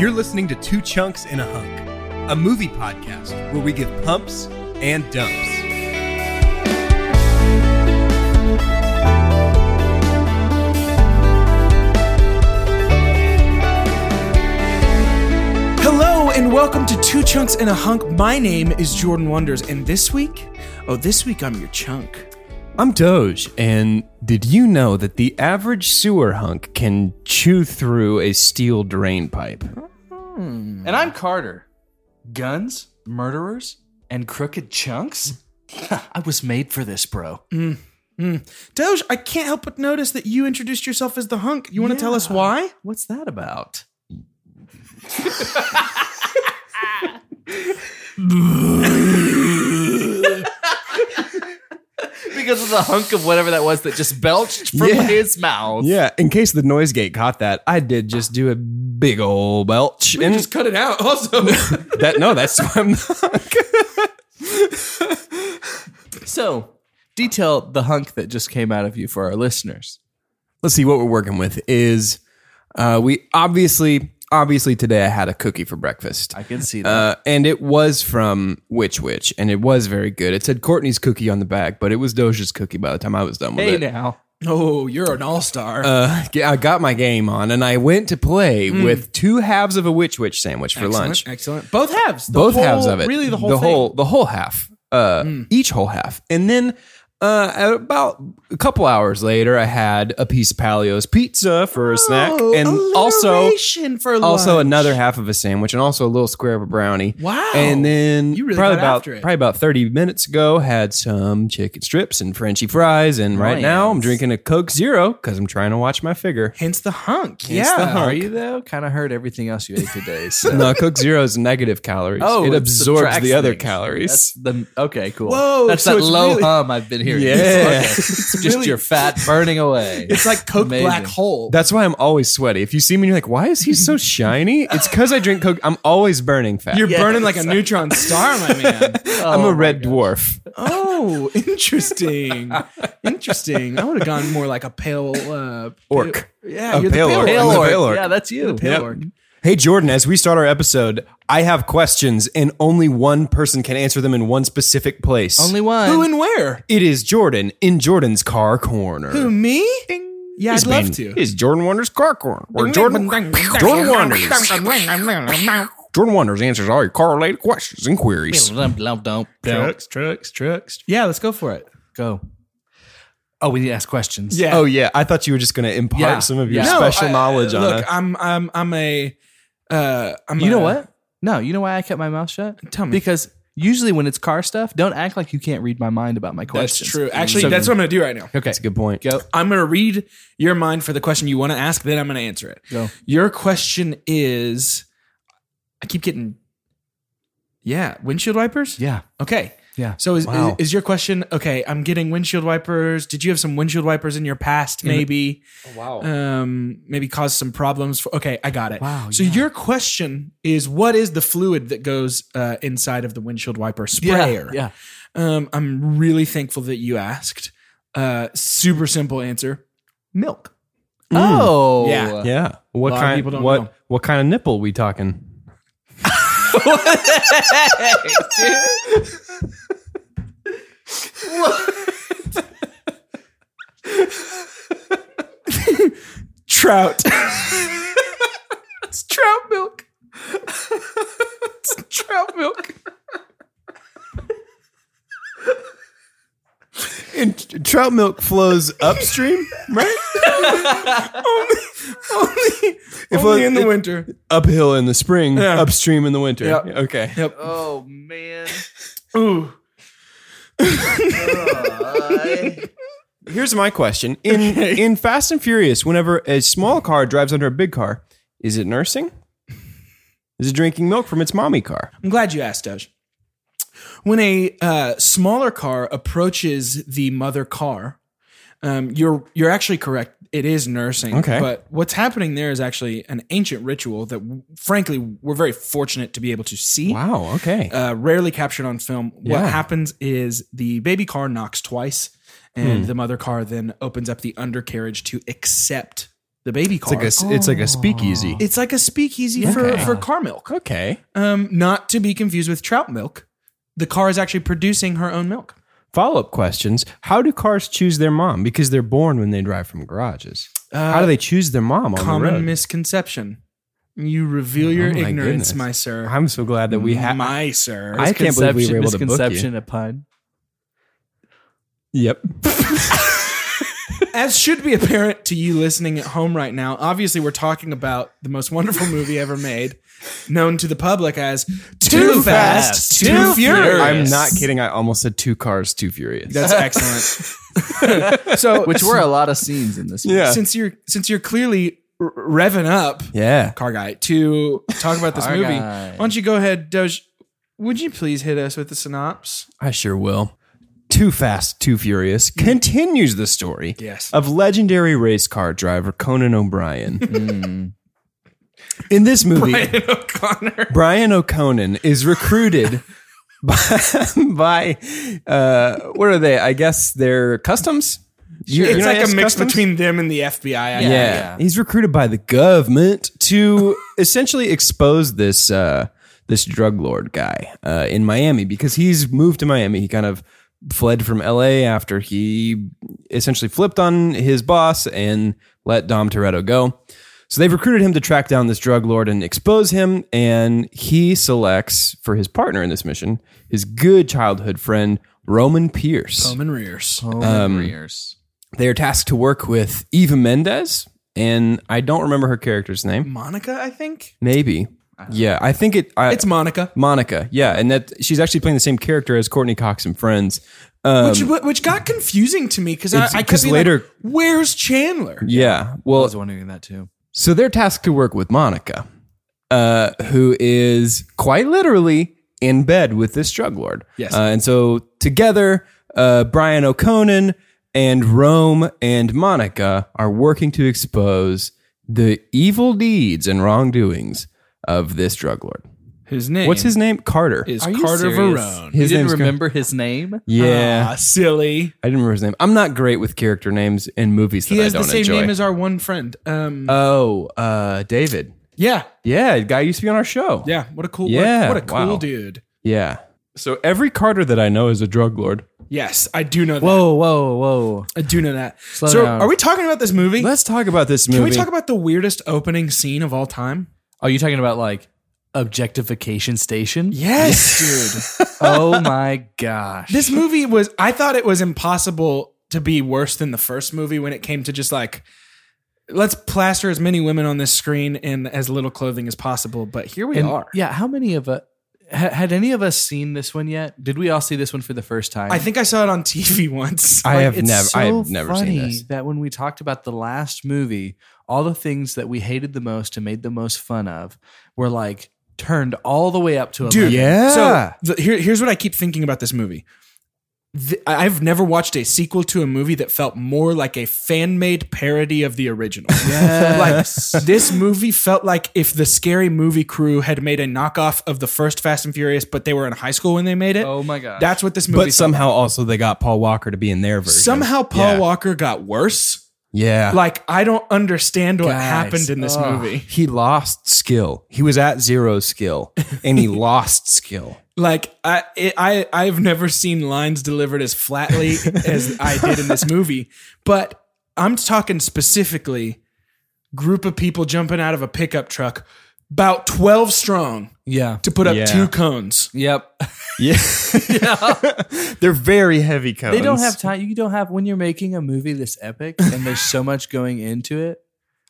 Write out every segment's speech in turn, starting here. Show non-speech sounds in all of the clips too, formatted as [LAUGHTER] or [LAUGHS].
You're listening to Two Chunks in a Hunk, a movie podcast where we give pumps and dumps. Hello and welcome to Two Chunks and a Hunk. My name is Jordan Wonders, and this week, oh, this week I'm your chunk. I'm Doge, and did you know that the average sewer hunk can chew through a steel drain pipe? Hmm. And I'm Carter. Guns, murderers, and crooked chunks? [LAUGHS] I was made for this, bro. Mm, Doge, I can't help but notice that you introduced yourself as the hunk. You want to tell us why? What's that about? because of the hunk of whatever that was that just belched from Yeah. his mouth. Yeah, in case the noise gate caught that, I did just do a big ol' belch. And Just cut it out. [LAUGHS] Also, that no, that's why I'm So, detail the hunk that just came out of you for our listeners. Let's see what we're working with is uh, we obviously obviously today I had a cookie for breakfast. I can see that. Uh, and it was from Witch Witch, and it was very good. It said Courtney's cookie on the back, but it was Doja's cookie by the time I was done with hey it. now. oh, you're an all-star. Uh, yeah, I got my game on, and I went to play with two halves of a Witch Witch sandwich for Hmm. excellent, lunch. excellent. Both halves. The Both whole- halves of it, Really, the whole the thing. whole the whole half, uh, Hmm. each whole half, and then. Uh, at about a couple hours later, I had a piece of Palio's pizza for a snack, Oh, and also alliteration for also lunch. another half of a sandwich and also a little square of a brownie. Wow. And then You really probably got about after it. probably about 30 minutes ago had some chicken strips and Frenchy fries and right Nice. now I'm drinking a Coke Zero cuz I'm trying to watch my [LAUGHS] figure. Hence the hunk. It's yeah. the hunk. Are you though? Kind of heard everything else you ate [LAUGHS] today. So. No, Coke Zero is negative calories. Oh, it it absorbs subtracts the other things. calories. That's the okay, cool. Whoa, that's so that it's low really- hum I've been hearing. Yeah. Okay. [LAUGHS] it's just really- your fat burning away. [LAUGHS] It's like Coke Amazing. Black Hole. That's why I'm always sweaty. If you see me and you're like, "Why is he [LAUGHS] so shiny?" It's cuz I drink Coke. I'm always burning fat. You're burning like a neutron star, Oh my man. I'm a red dwarf. [LAUGHS] Oh, [LAUGHS] interesting. interesting. I would have gone more like a pale uh, Orc. pale- yeah, A you're pale the orc. pale pale orc. I'm the orc. pale orc. Yeah, that's you. Pale Yep. orc. Hey Jordan, as we start our episode, I have questions and only one person can answer them in one specific place. Only one. Who and where? It is Jordan in Jordan's car corner. Who me? Yeah, I'd love to. Is Jordan Wonder's car corner where Jordan Jordan Wonders Jordan Wonders answers all your car related questions and queries. Trucks, trucks, trucks. Yeah, let's go for it. Go. Oh, we need to ask questions. Yeah. Oh yeah, I thought you were just going to impart Yeah. some of your Yeah. No, special I- knowledge on Look, it. I'm I'm I'm a uh I'm You know a- what? No, you know why I kept my mouth shut? Tell me. Because usually when it's car stuff, don't act like you can't read my mind about my That's questions. true. Actually, So- that's what I'm gonna do right now. That's a good point. Go. I'm going to read your mind for the question you want to ask, then I'm going to answer it. Go. Your question is I keep getting, yeah, windshield wipers? Yeah. Okay. Yeah. So is, Wow. is, is your question, okay, I'm getting windshield wipers. Did you have some windshield wipers in your past, maybe? Oh, Wow. Um, maybe caused some problems. For, okay, I got it. Wow, So yeah. your question is what is the fluid that goes uh, inside of the windshield wiper Yeah. sprayer? Yeah. Um, I'm really thankful that you asked. Uh, super simple answer. Milk. Oh. Yeah. Yeah. What lot of kind? people don't what know. what kind of nipple we talking? trout. it's trout milk. [LAUGHS] it's trout milk. And tr- trout milk flows upstream, [LAUGHS] right? Only, was- only in the it- winter. Uphill in the spring, Yeah. upstream in the winter. Yep. Okay. Yep. Oh man. Ooh. [LAUGHS] Here's my question. In in Fast and Furious, whenever a small car drives under a big car, is it nursing? Is it drinking milk from its mommy car? I'm glad you asked, Doge. When a uh, smaller car approaches the mother car, um, you're you're actually correct. It is nursing. Okay. But what's happening there is actually an ancient ritual that, frankly, we're very fortunate to be able to see. Wow, okay. Uh, rarely captured on film. What Yeah. happens is the baby car knocks twice, and Hmm. the mother car then opens up the undercarriage to accept the baby it's car. like a s- it's like a speakeasy. It's like a speakeasy for, Okay. for car milk. Oh. okay. Um, not to be confused with trout milk. The car is actually producing her own milk. Follow up questions. How do cars choose their mom? Because they're born when they drive from garages. How do they choose their mom on the road? Common misconception. You reveal your Oh my ignorance, goodness. my sir. I'm so glad that we have. my sir. I can't believe we were able to book you. misconception upon. Yep. As should be apparent to you listening at home right now, obviously we're talking about the most wonderful movie ever made, known to the public as Too, Fast, Fast, Too Too Furious. Furious. I'm not kidding. I almost said two cars, two furious. That's excellent. so, Which were a lot of scenes in this. [LAUGHS] yeah. since you're since you're clearly r- revving up, yeah. car guy to talk about this Car movie. guy. Why don't you go ahead, Doge? Would you please hit us with [LAUGHS] the synopsis? I sure will. Too Fast, Too Furious continues the story Yes. of legendary race car driver Conan O'Brien. In this movie, Mm. Brian, O'Connor. O'Conan is recruited [LAUGHS] by, by uh, what are they? I guess they're customs. You- It's you know like a yes, mix customs? between them and the FBI. I Yeah. guess. He's recruited by the government to [LAUGHS] essentially expose this uh, this drug lord guy uh, in Miami because he's moved to Miami. He kind of fled from LA after he essentially flipped on his boss and let Dom Toretto go. So they've recruited him to track down this drug lord and expose him. And he selects for his partner in this mission his good childhood friend, Roman Pierce Roman Rears. Um, Careers. they are tasked to work with Eva Mendes, and I don't remember her character's name. Monica, I think. Maybe, yeah, I think it. I, It's Monica. Monica, yeah, and that she's actually playing the same character as Courtney Cox and Friends. Um, Which, which got confusing to me because I, It's- I kept 'cause being like, later- where's Chandler? yeah, I well, was wondering that too. so they're tasked to work with Monica, uh, who is quite literally in bed with this drug lord. Yes. uh, and so together, uh, Brian O'Conan and Rome and Monica are working to expose the evil deeds and wrongdoings of this drug lord. His name. What's his name? Carter. Is Are you Carter serious? Verone. His you didn't name's Car- remember his name? yeah, Ah, silly. I didn't remember his name. I'm not great with character names in movies that He I has don't the same enjoy. name as our one friend. Um, oh, uh, David. yeah, Yeah, the guy used to be on our show. yeah. What a cool. Yeah, What, a- what a cool wow. dude. Yeah. So every Carter that I know is a drug lord. Yes, I do know that. whoa, whoa. I do know that. so, down. are we talking about this movie? Let's talk about this movie. Can we talk about the weirdest opening scene of all time? Are you talking about like objectification station? Yes, dude. Oh my gosh. This movie was. I thought it was impossible to be worse than the first movie when it came to just like. Let's plaster as many women on this screen in as little clothing as possible, but here we And- are. Yeah. How many of us ha, had any of us seen this one yet? Did we all see this one for the first time? I think I saw it on TV [LAUGHS] once. I have it's never, so I have never seen funny this. That when we talked about the last movie, all the things that we hated the most and made the most fun of were like turned all the way up to a dude. Yeah. So the, here, here's what I keep thinking about this movie. The- I- I've never watched a sequel to a movie that felt more like a fan made parody of the original. [LAUGHS] like this movie felt like if the Scary Movie crew had made a knockoff of the first Fast and Furious, but they were in high school when they made it. Oh my gosh. That's what this movie. But felt like. somehow also they got Paul Walker to be in their version. somehow Paul Yeah. Walker got worse. Yeah. Like I don't understand what Guys, happened in this ugh. movie. he lost skill. He was at zero skill and [LAUGHS] he lost skill. Like I, it, I, I've never seen lines delivered [LAUGHS] as flatly as I did in this movie. But I'm talking specifically group of people jumping out of a pickup truck, about 12 strong, Yeah. to put up Yeah. two cones. Yep. [LAUGHS] Yeah. [LAUGHS] They're very heavy cones. They don't [LAUGHS] have time. time. You don't have when you're making a movie this epic and there's so much going into it.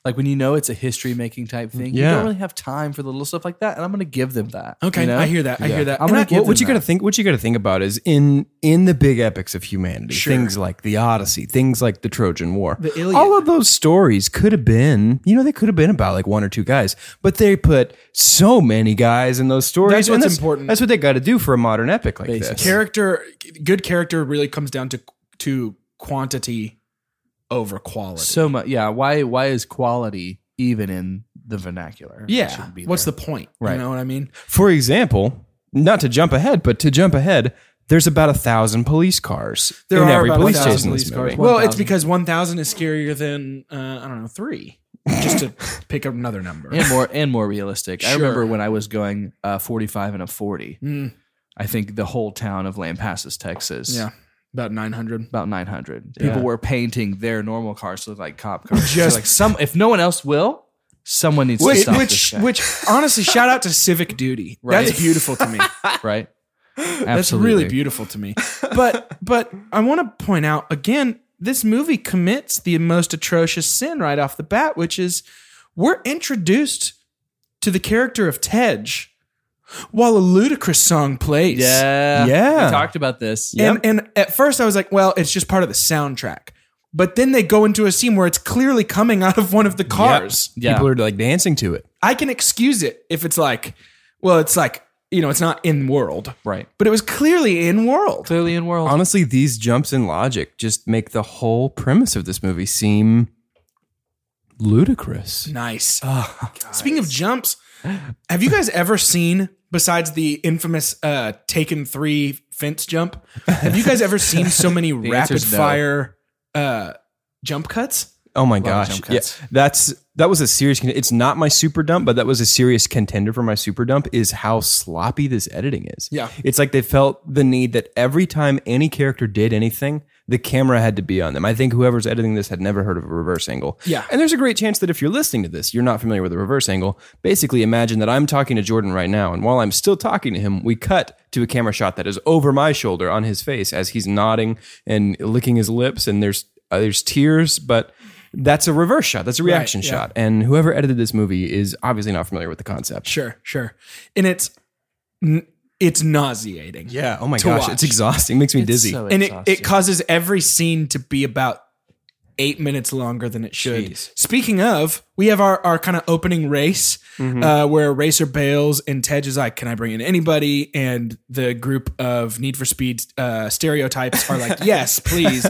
Like when you know it's a history making type thing, you Yeah. don't really have time for the little stuff like that. And I'm going to give them that. Okay, you know? I hear that. I Yeah. hear that. I'm And gonna I- give what you them got to think what you got to think about is in in the big epics of humanity Sure. things like the odyssey things like the trojan war The Iliad. all of those stories could have been you know they could have been about like one or two guys but they put so many guys in those stories That's and what's important. that's what they got to do for a modern epic like Basic. this Character, good character really comes down to to quantity over quality. so much. Yeah. Why? Why is quality even in the vernacular? It yeah, shouldn't be what's there. the point? Right. You know what I mean? for example not to jump ahead but to jump ahead there's about a thousand police cars There in are every about police 1,000 station in this police cars. movie. Well, Well, it's 1,000. because 1,000 is scarier than, uh, I don't know, three, just [LAUGHS] to pick up another number. and more and more realistic. I remember Sure. when I was going uh, 45 and a 40. Mm, I think the whole town of Lampasas, Texas. yeah, about 900. about 900 people were painting their normal cars to look like cop cars [LAUGHS] So, Just- like some if no one else will someone needs to Which, stop which, this guy, which, honestly, shout out to civic duty. Right. That's beautiful to me. [LAUGHS] right That's absolutely really beautiful to me. But, but I want to point out again, this movie commits the most atrocious sin right off the bat, which is we're introduced to the character of Tej while a ludicrous song plays. yeah Yeah. we talked about this And and at first I was like, well, it's just part of the soundtrack. But then they go into a scene where it's clearly coming out of one of the cars. yeah people are like dancing to it I can excuse it if it's like, well, it's like, you know, it's not in world. right But it was clearly in world. clearly in world honestly, these jumps in logic just make the whole premise of this movie seem ludicrous. Nice. Oh, Speaking of jumps, have you guys ever seen besides the infamous uh Taken 3 fence jump? Have you guys ever seen [LAUGHS] so many rapid answer's no. fire uh jump cuts? Oh my Love gosh! jump Yeah, cuts. that's that was a serious. con- It's not my super dump, but that was a serious contender for my super dump. Is how sloppy this editing is. Yeah. it's like they felt the need that every time any character did anything, the camera had to be on them. I think whoever's editing this had never heard of a reverse angle. Yeah. and there's a great chance that if you're listening to this, you're not familiar with a reverse angle. Basically, imagine that I'm talking to Jordan right now, and while I'm still talking to him, we cut to a camera shot that is over my shoulder on his face as he's nodding and licking his lips, and there's uh, there's tears, but that's a reverse shot. That's a reaction yeah. shot. And whoever edited this movie is obviously not familiar with the concept. Sure, sure. And it's n- it's nauseating. Yeah. Oh my To gosh, watch. it's exhausting. It makes me dizzy. so And it, exhausting. it causes every scene to be about eight minutes longer than it should. Speaking of, we have our, our kind of opening race uh, where Racer bails and Tej is like, Can I bring in anybody? And the group of Need for Speed uh, stereotypes are like, Yes, please.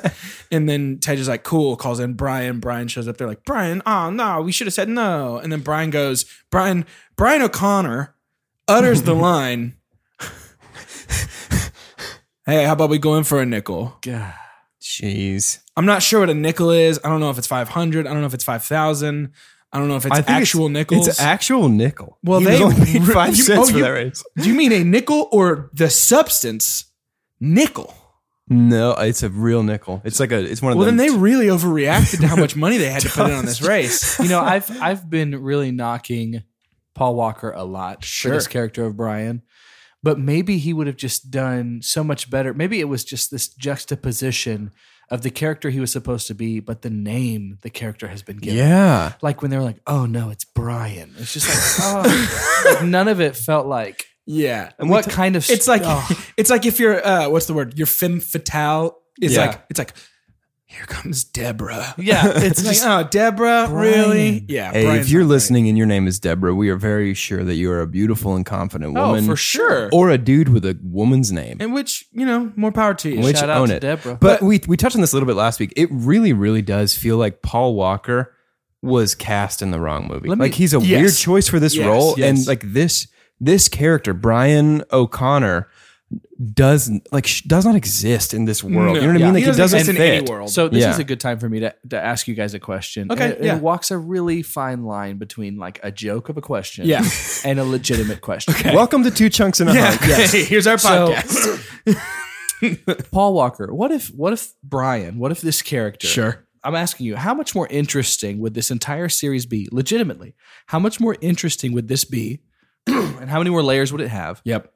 And then Tej is like, Cool, calls in Brian. Brian shows up. They're like, Brian, oh no, we should have said no. And then Brian goes, Brian, Brian O'Connor utters the line. Hey, how about we go in for a nickel? Jeez. I'm not sure what a nickel is. I don't know if it's 500. I don't know if it's 5,000. I don't know if it's actual nickels. It's actual nickel. Well, He was they- only [LAUGHS] paid five you- cents oh, for you- that raise. Do you mean a nickel or the substance nickel? No, it's a real nickel. It's like a. It's one of Well, them. then they really overreacted to how much money they had to put in [LAUGHS] on this race. you know i've i've been really knocking paul walker a lot for this character of brian but maybe he would have just done so much better maybe it was just this juxtaposition of the character he was supposed to be but the name the character has been given Yeah. like when they were like, "Oh no, it's Brian." It's just [LAUGHS] like, oh, Like, none of it felt like Yeah. what kind of. It's like oh, [LAUGHS] it's like if you're uh what's the word? Your femme fatale is Yeah. like it's like here comes Deborah. [LAUGHS] yeah, it's It's like, like, oh, Deborah, really? Brian. Yeah. Hey, Brian's if you're not great. listening and your name is Deborah, we are very sure that you are a beautiful and confident oh, woman, for sure. or a dude with a woman's name. and which, you know, more power to you. which Shout out own to it. Deborah. But we we touched on this a little bit last week. It really, really does feel like Paul Walker was cast in the wrong movie. Let me- like he's a Yes. weird choice for this Yes, role, yes. and like this this character Brian O'Connor does like sh- does not exist in this world. you No. know what I I mean? Like he doesn't, exist fit. in any world. So this Yeah. is a good time for me to, to ask you guys a question. Okay, and it, and yeah. it walks a really fine line between like a joke of a question, Yeah. [LAUGHS] and a legitimate question. Welcome to Two Chunks in a Yeah. Hunk. [LAUGHS] Yes. [LAUGHS] here's our So- [LAUGHS] podcast. Paul Walker, what if what if Brian? What if this character? Sure. I'm asking you, how much more interesting would this entire series be? Legitimately, how much more interesting would this be? [CLEARS THROAT] and how many more layers would it have Yep.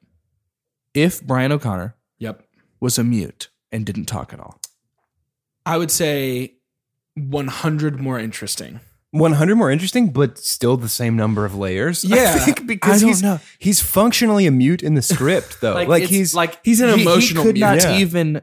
if Brian O'Connor Yep. was a mute and didn't talk at all? I would say 100 more interesting. 100 more interesting, but still the same number of layers. Yeah. I think I because don't he's know. he's functionally a mute in the script, though. like, it's- [LAUGHS] he's like he's an he- emotional He could mute. not Yeah. even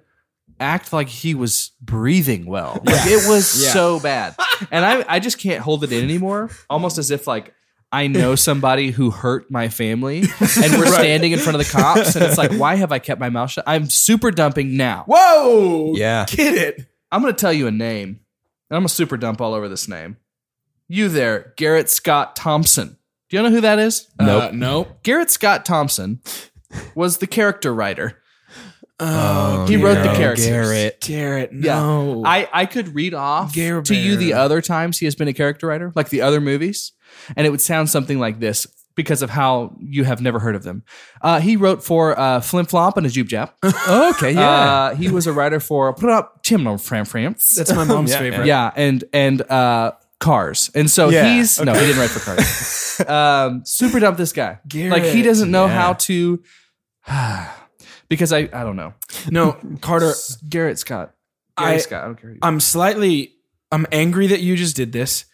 act like he was breathing well. Like, it was Yeah. so bad, and I I just can't hold it in anymore. Almost as if like. I know somebody who hurt my family, and [LAUGHS] we're standing in front of the cops, and it's like, why have I kept my mouth shut? I'm super dumping now. Whoa. [LAUGHS] Yeah. Get it. I'm going to tell you a name, and I'm going to super dump all over this name. You there, Garrett Scott Thompson. Do you know who that is? Nope. Uh, nope. Garrett Scott Thompson was the character writer. Oh, He wrote the no, characters. Garrett. Garrett, Yeah. no. I, I could read off Gare to you Oh. Bear. the other times he has been a character writer, like the other movies, and it would sound something like this because of how you have never heard of them. Uh, he wrote for uh, Flim Flop and a Jube Jap. okay, yeah. Uh, he was a writer for [LAUGHS] Put Up Chimney Fram France. That's my mom's [LAUGHS] favorite. Yeah, and and uh, Cars. And so Yeah, he's no, he didn't write for Cars. um, super dumb this guy. Like he Garrett, doesn't know how to [SIGHS] because I I don't know. [LAUGHS] No, Carter, Garrett Scott. Garrett I- Scott. I don't care. who you- I'm slightly I'm angry that you just did this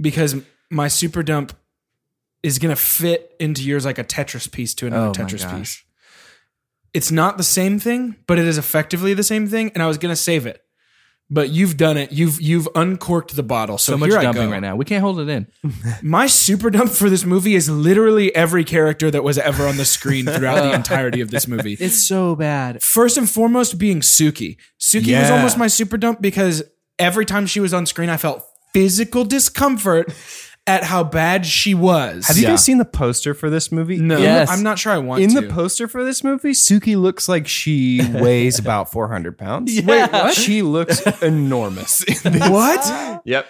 because my super dump is gonna fit into yours like a Tetris piece to another Oh my Tetris gosh. piece. It's not the same thing, but it is effectively the same thing, and I was gonna save it. But you've done it. You've you've uncorked the bottle. So, so much here I dumping go. right now. We can't hold it in. My super dump for this movie is literally every character that was ever on the screen throughout [LAUGHS] the entirety of this movie. It's so bad. First and foremost, being Suki. Suki was Yeah. almost my super dump because every time she was on screen, I felt physical discomfort at how bad she was. Have you guys seen the poster for this movie? No, Yes. I'm not sure I want In to. the poster for this movie, Suki looks like she weighs about 400 pounds. Wait, what? She looks enormous. what? yep.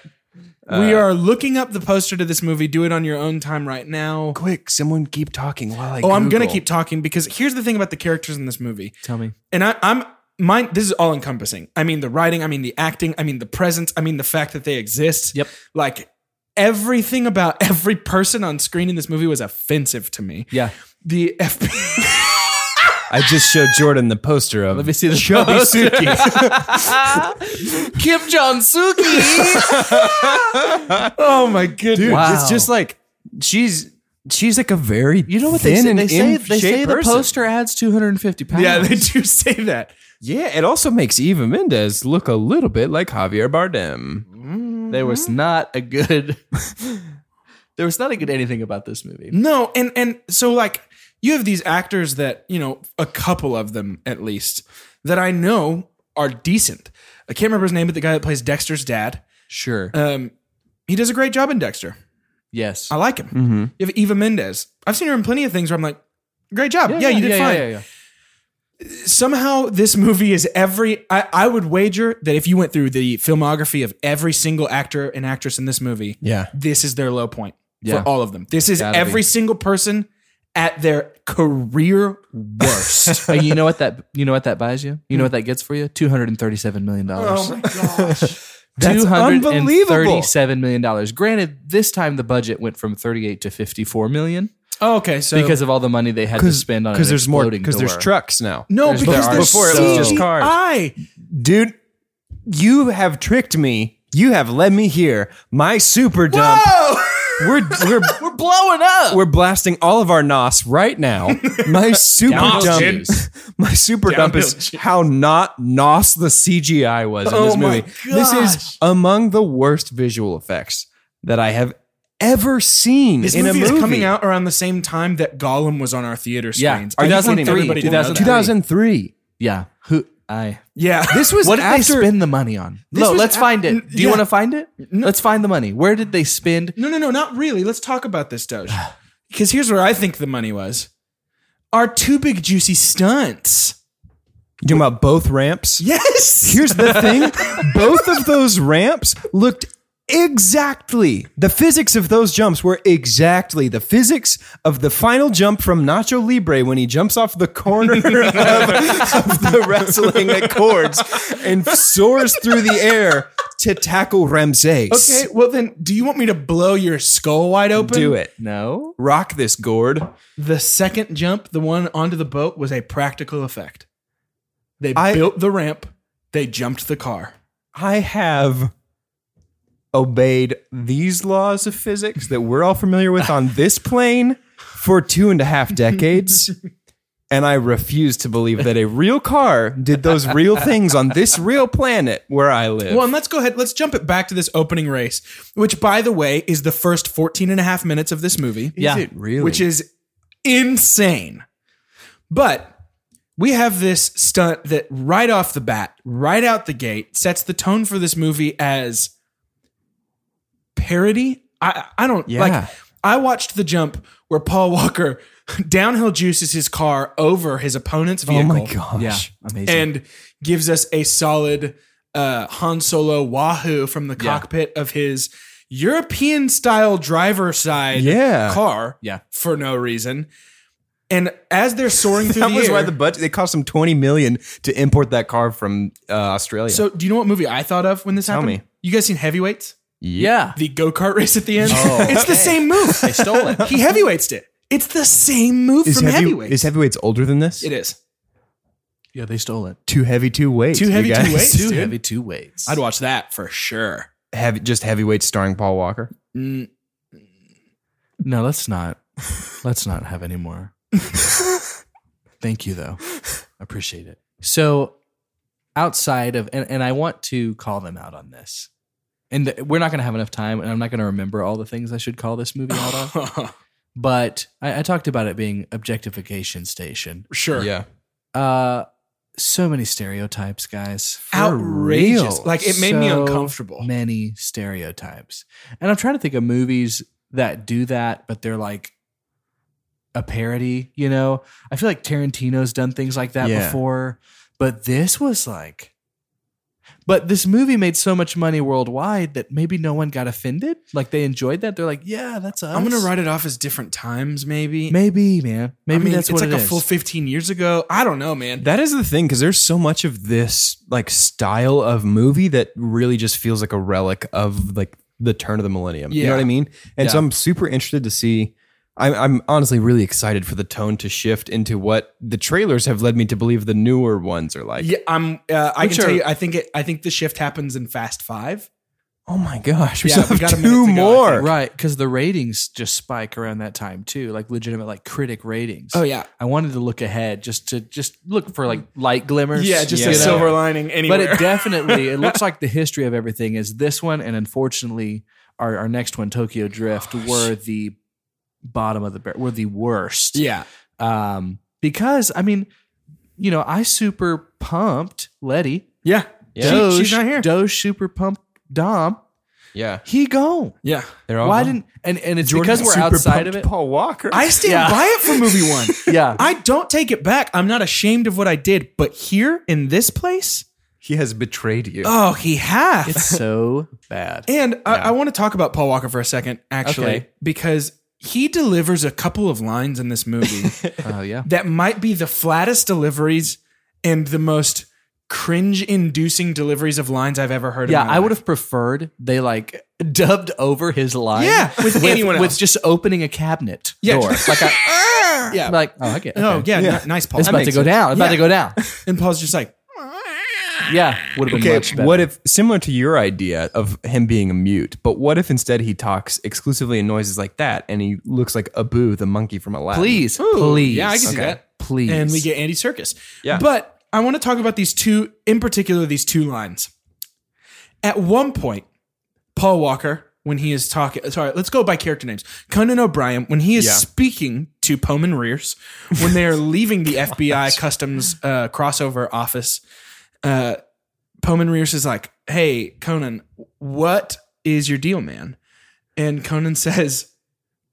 Uh, we are looking up the poster to this movie. Do it on your own time right now. Quick, someone keep talking while I Oh, I'm gonna Google. keep talking because here's the thing about the characters in this movie. Tell me. and I, I'm mine. This is all encompassing. I mean the writing. I mean the acting. I mean the presence. I mean the fact that they exist. Yep. Like everything about every person on screen in this movie was offensive to me. Yeah. The [LAUGHS] FP. I just showed Jordan the poster of Let me see the Chubby poster. [LAUGHS] Suki. Kim Jong Suki. oh my goodness. Dude, Wow. it's just like she's she's like a very You know what they thin say? and They say, they say in-shaped the person. poster adds 250 pounds. [LAUGHS] yeah, they do say that. Yeah, it also makes Eva Mendes look a little bit like Javier Bardem. there was [LAUGHS] not a good. [LAUGHS] there was not a good anything about this movie. No, and and so like you have these actors that you know a couple of them at least that I know are decent. I can't remember his name, but the guy that plays Dexter's dad. Sure. Uh, Um, he does a great job in Dexter. yes. I like him. You have Eva Mendes. I've seen her in plenty of things where I'm like, great job. Yeah, you did fine. yeah. Somehow this movie is every I, I would wager that if you went through the filmography of every single actor and actress in this movie, Yeah. this is their low point Yeah. for all of them. This is Gotta every be. single person at their career [LAUGHS] worst. And you know what that you know what that buys you? You know what that gets for you? Two hundred and thirty-seven million Oh dollars. That's [LAUGHS] Two hundred and unbelievable. thirty-seven million dollars. Granted, this time the budget went from thirty-eight to fifty-four million oh, okay, so because of all the money they had to spend on Because an there's more exploding because there's door. trucks now. no, there's- because there are there's Before it was just CGI. cars. Dude, you have tricked me. You have led me here. My super dump. We're we're [LAUGHS] We're blowing up. we're blasting all of our nos right now. My super Nos, dump. dude. [LAUGHS] My super dump is how not nos the CGI was in this Oh my movie. This is among the worst visual effects that I have ever seen This in movie a movie. is coming out around the same time that Gollum was on our theater Yeah. screens. Are I you just want kidding me? everybody to know that. 2003. 2003. yeah. Who I Yeah. This was what did after they spend the money on? This No, was let's a- find it. n- Do you yeah. want to find it? Let's find the money. Where did they spend? No, no, no, not really. Let's talk about this, Doge. [SIGHS] Because here's where I think the money was. Our two big juicy stunts. You talking about both ramps? Yes. Here's the thing both of those ramps looked exactly the physics of those jumps were exactly the physics of the final jump from Nacho Libre when he jumps off the corner [LAUGHS] of, of the wrestling cords and soars through the air to tackle Ramses. Okay, well then, do you want me to blow your skull wide open? Do it. No. Rock this gourd. The second jump, the one onto the boat, was a practical effect. They I- built the ramp. They jumped the car. I have obeyed these laws of physics that we're all familiar with on this plane for two and a half [LAUGHS] decades. And I refuse to believe that a real car did those real things on this real planet where I live. Well, and let's go ahead. Let's jump it back to this opening race, which, by the way, is the first 14 and a half minutes of this movie. Yeah. it really? Which is insane. But we have this stunt that right off the bat, right out the gate, sets the tone for this movie as parody. I, I don't Yeah. like. I watched the jump where Paul Walker [LAUGHS] downhill juices his car over his opponent's oh vehicle my gosh. Yeah. Amazing. and gives us a solid uh, Han Solo wahoo from the cockpit of his European style driver side Yeah. car Yeah. for no reason. And as they're soaring through That the was air, why the budget, it cost them 20 million to import that car from uh, Australia. so do you know what movie I thought of when this happened? me. You guys seen Heavyweights? yeah. The go kart race at the end. [LAUGHS] it's the same move. They stole it. He heavyweights it. It's the same move is, from heavy- heavyweights. is heavyweights older than this? it is. Yeah, they stole it. Too heavy, too weight. Too you heavy, too guys. weight? Two [LAUGHS] Dude. heavy, two weights. I'd watch that for sure. Heavy, just heavyweights starring Paul Walker. no, let's not. Let's not have any [LAUGHS] more. Thank you, though. Appreciate it. So, outside of, and, and I want to call them out on this. And th- we're not going to have enough time, and I'm not going to remember all the things I should call this movie out [LAUGHS] on. But I, I talked about it being objectification station. [LAUGHS] sure. Uh, so many stereotypes, guys. Outrageous. real. Like it made me So uncomfortable. Many stereotypes. And I'm trying to think of movies that do that, but they're like a parody, you know? I feel like Tarantino's done things like that Yeah. before, but this was like but this movie made so much money worldwide that maybe no one got offended. Like they enjoyed that. They're like, yeah, that's us. I'm gonna write it off as different times, maybe. Maybe, man. Maybe I mean, that's what it's like it a is. full 15 years ago. I don't know, man. That is the thing because there's so much of this like style of movie that really just feels like a relic of like the turn of the millennium. You know Yeah. what I mean? And so Yeah. I'm super interested to see. I'm, I'm honestly really excited for the tone to shift into what the trailers have led me to believe the newer ones are like. yeah, I'm. Uh, I Which can tell are- you. I think it. I think the shift happens in Fast Five. Oh my gosh, we Yeah, still have we got a minute two to go, I more. think. Right, because the ratings just spike around that time too, like legitimate, like critic ratings. Oh, yeah, I wanted to look ahead just to just look for like light glimmers. yeah. Just Yeah. a you know? silver lining anywhere. But it definitely it looks like the history of everything is this one, and unfortunately, our, our next one, Tokyo Drift, were the bottom of the bar- were the worst. yeah, Um, because I mean, you know, I super pumped Letty. yeah, Yeah. She- Doge, she's not here. Doge super pumped Dom. Yeah, He gone. yeah. they're all Why gone. didn't and and it's Jordan because we're super outside pumped of it. Paul Walker? I stand Yeah. by it for movie one. [LAUGHS] [LAUGHS] Yeah. I don't take it back. I'm not ashamed of what I did. But here in this place, he has betrayed you. oh, he [LAUGHS] has. It's so bad. [LAUGHS] And I, I want to talk about Paul Walker for a second, actually, Okay. because he delivers a couple of lines in this movie [LAUGHS] Oh yeah. that might be the flattest deliveries and the most cringe-inducing deliveries of lines I've ever heard. Yeah, in my I life. would have preferred they like dubbed over his line. Yeah, with anyone with else. just opening a cabinet Yeah. door. Like [LAUGHS] I, Yeah. I'm like, oh, I get. oh, okay. yeah. n- nice, Paul. It's That about to makes go sense. down. It's about to Yeah. go down. And Paul's just like, Yeah, would have been Okay, much better. what if similar to your idea of him being a mute, but what if instead he talks exclusively in noises like that and he looks like Abu, the monkey from Aladdin? please, Ooh, please, yeah, I can see that. Please, and we get Andy Circus. Yeah. But I want to talk about these two, in particular, these two lines. At one point, Paul Walker, when he is talking, sorry, let's go by character names. Conan O'Brien, when he is Yeah. speaking to Poman Rears, [LAUGHS] when they are leaving the FBI Customs uh, crossover office, uh, Poman Rears is like, "Hey, Conan, what is your deal, man?" And Conan [LAUGHS] says,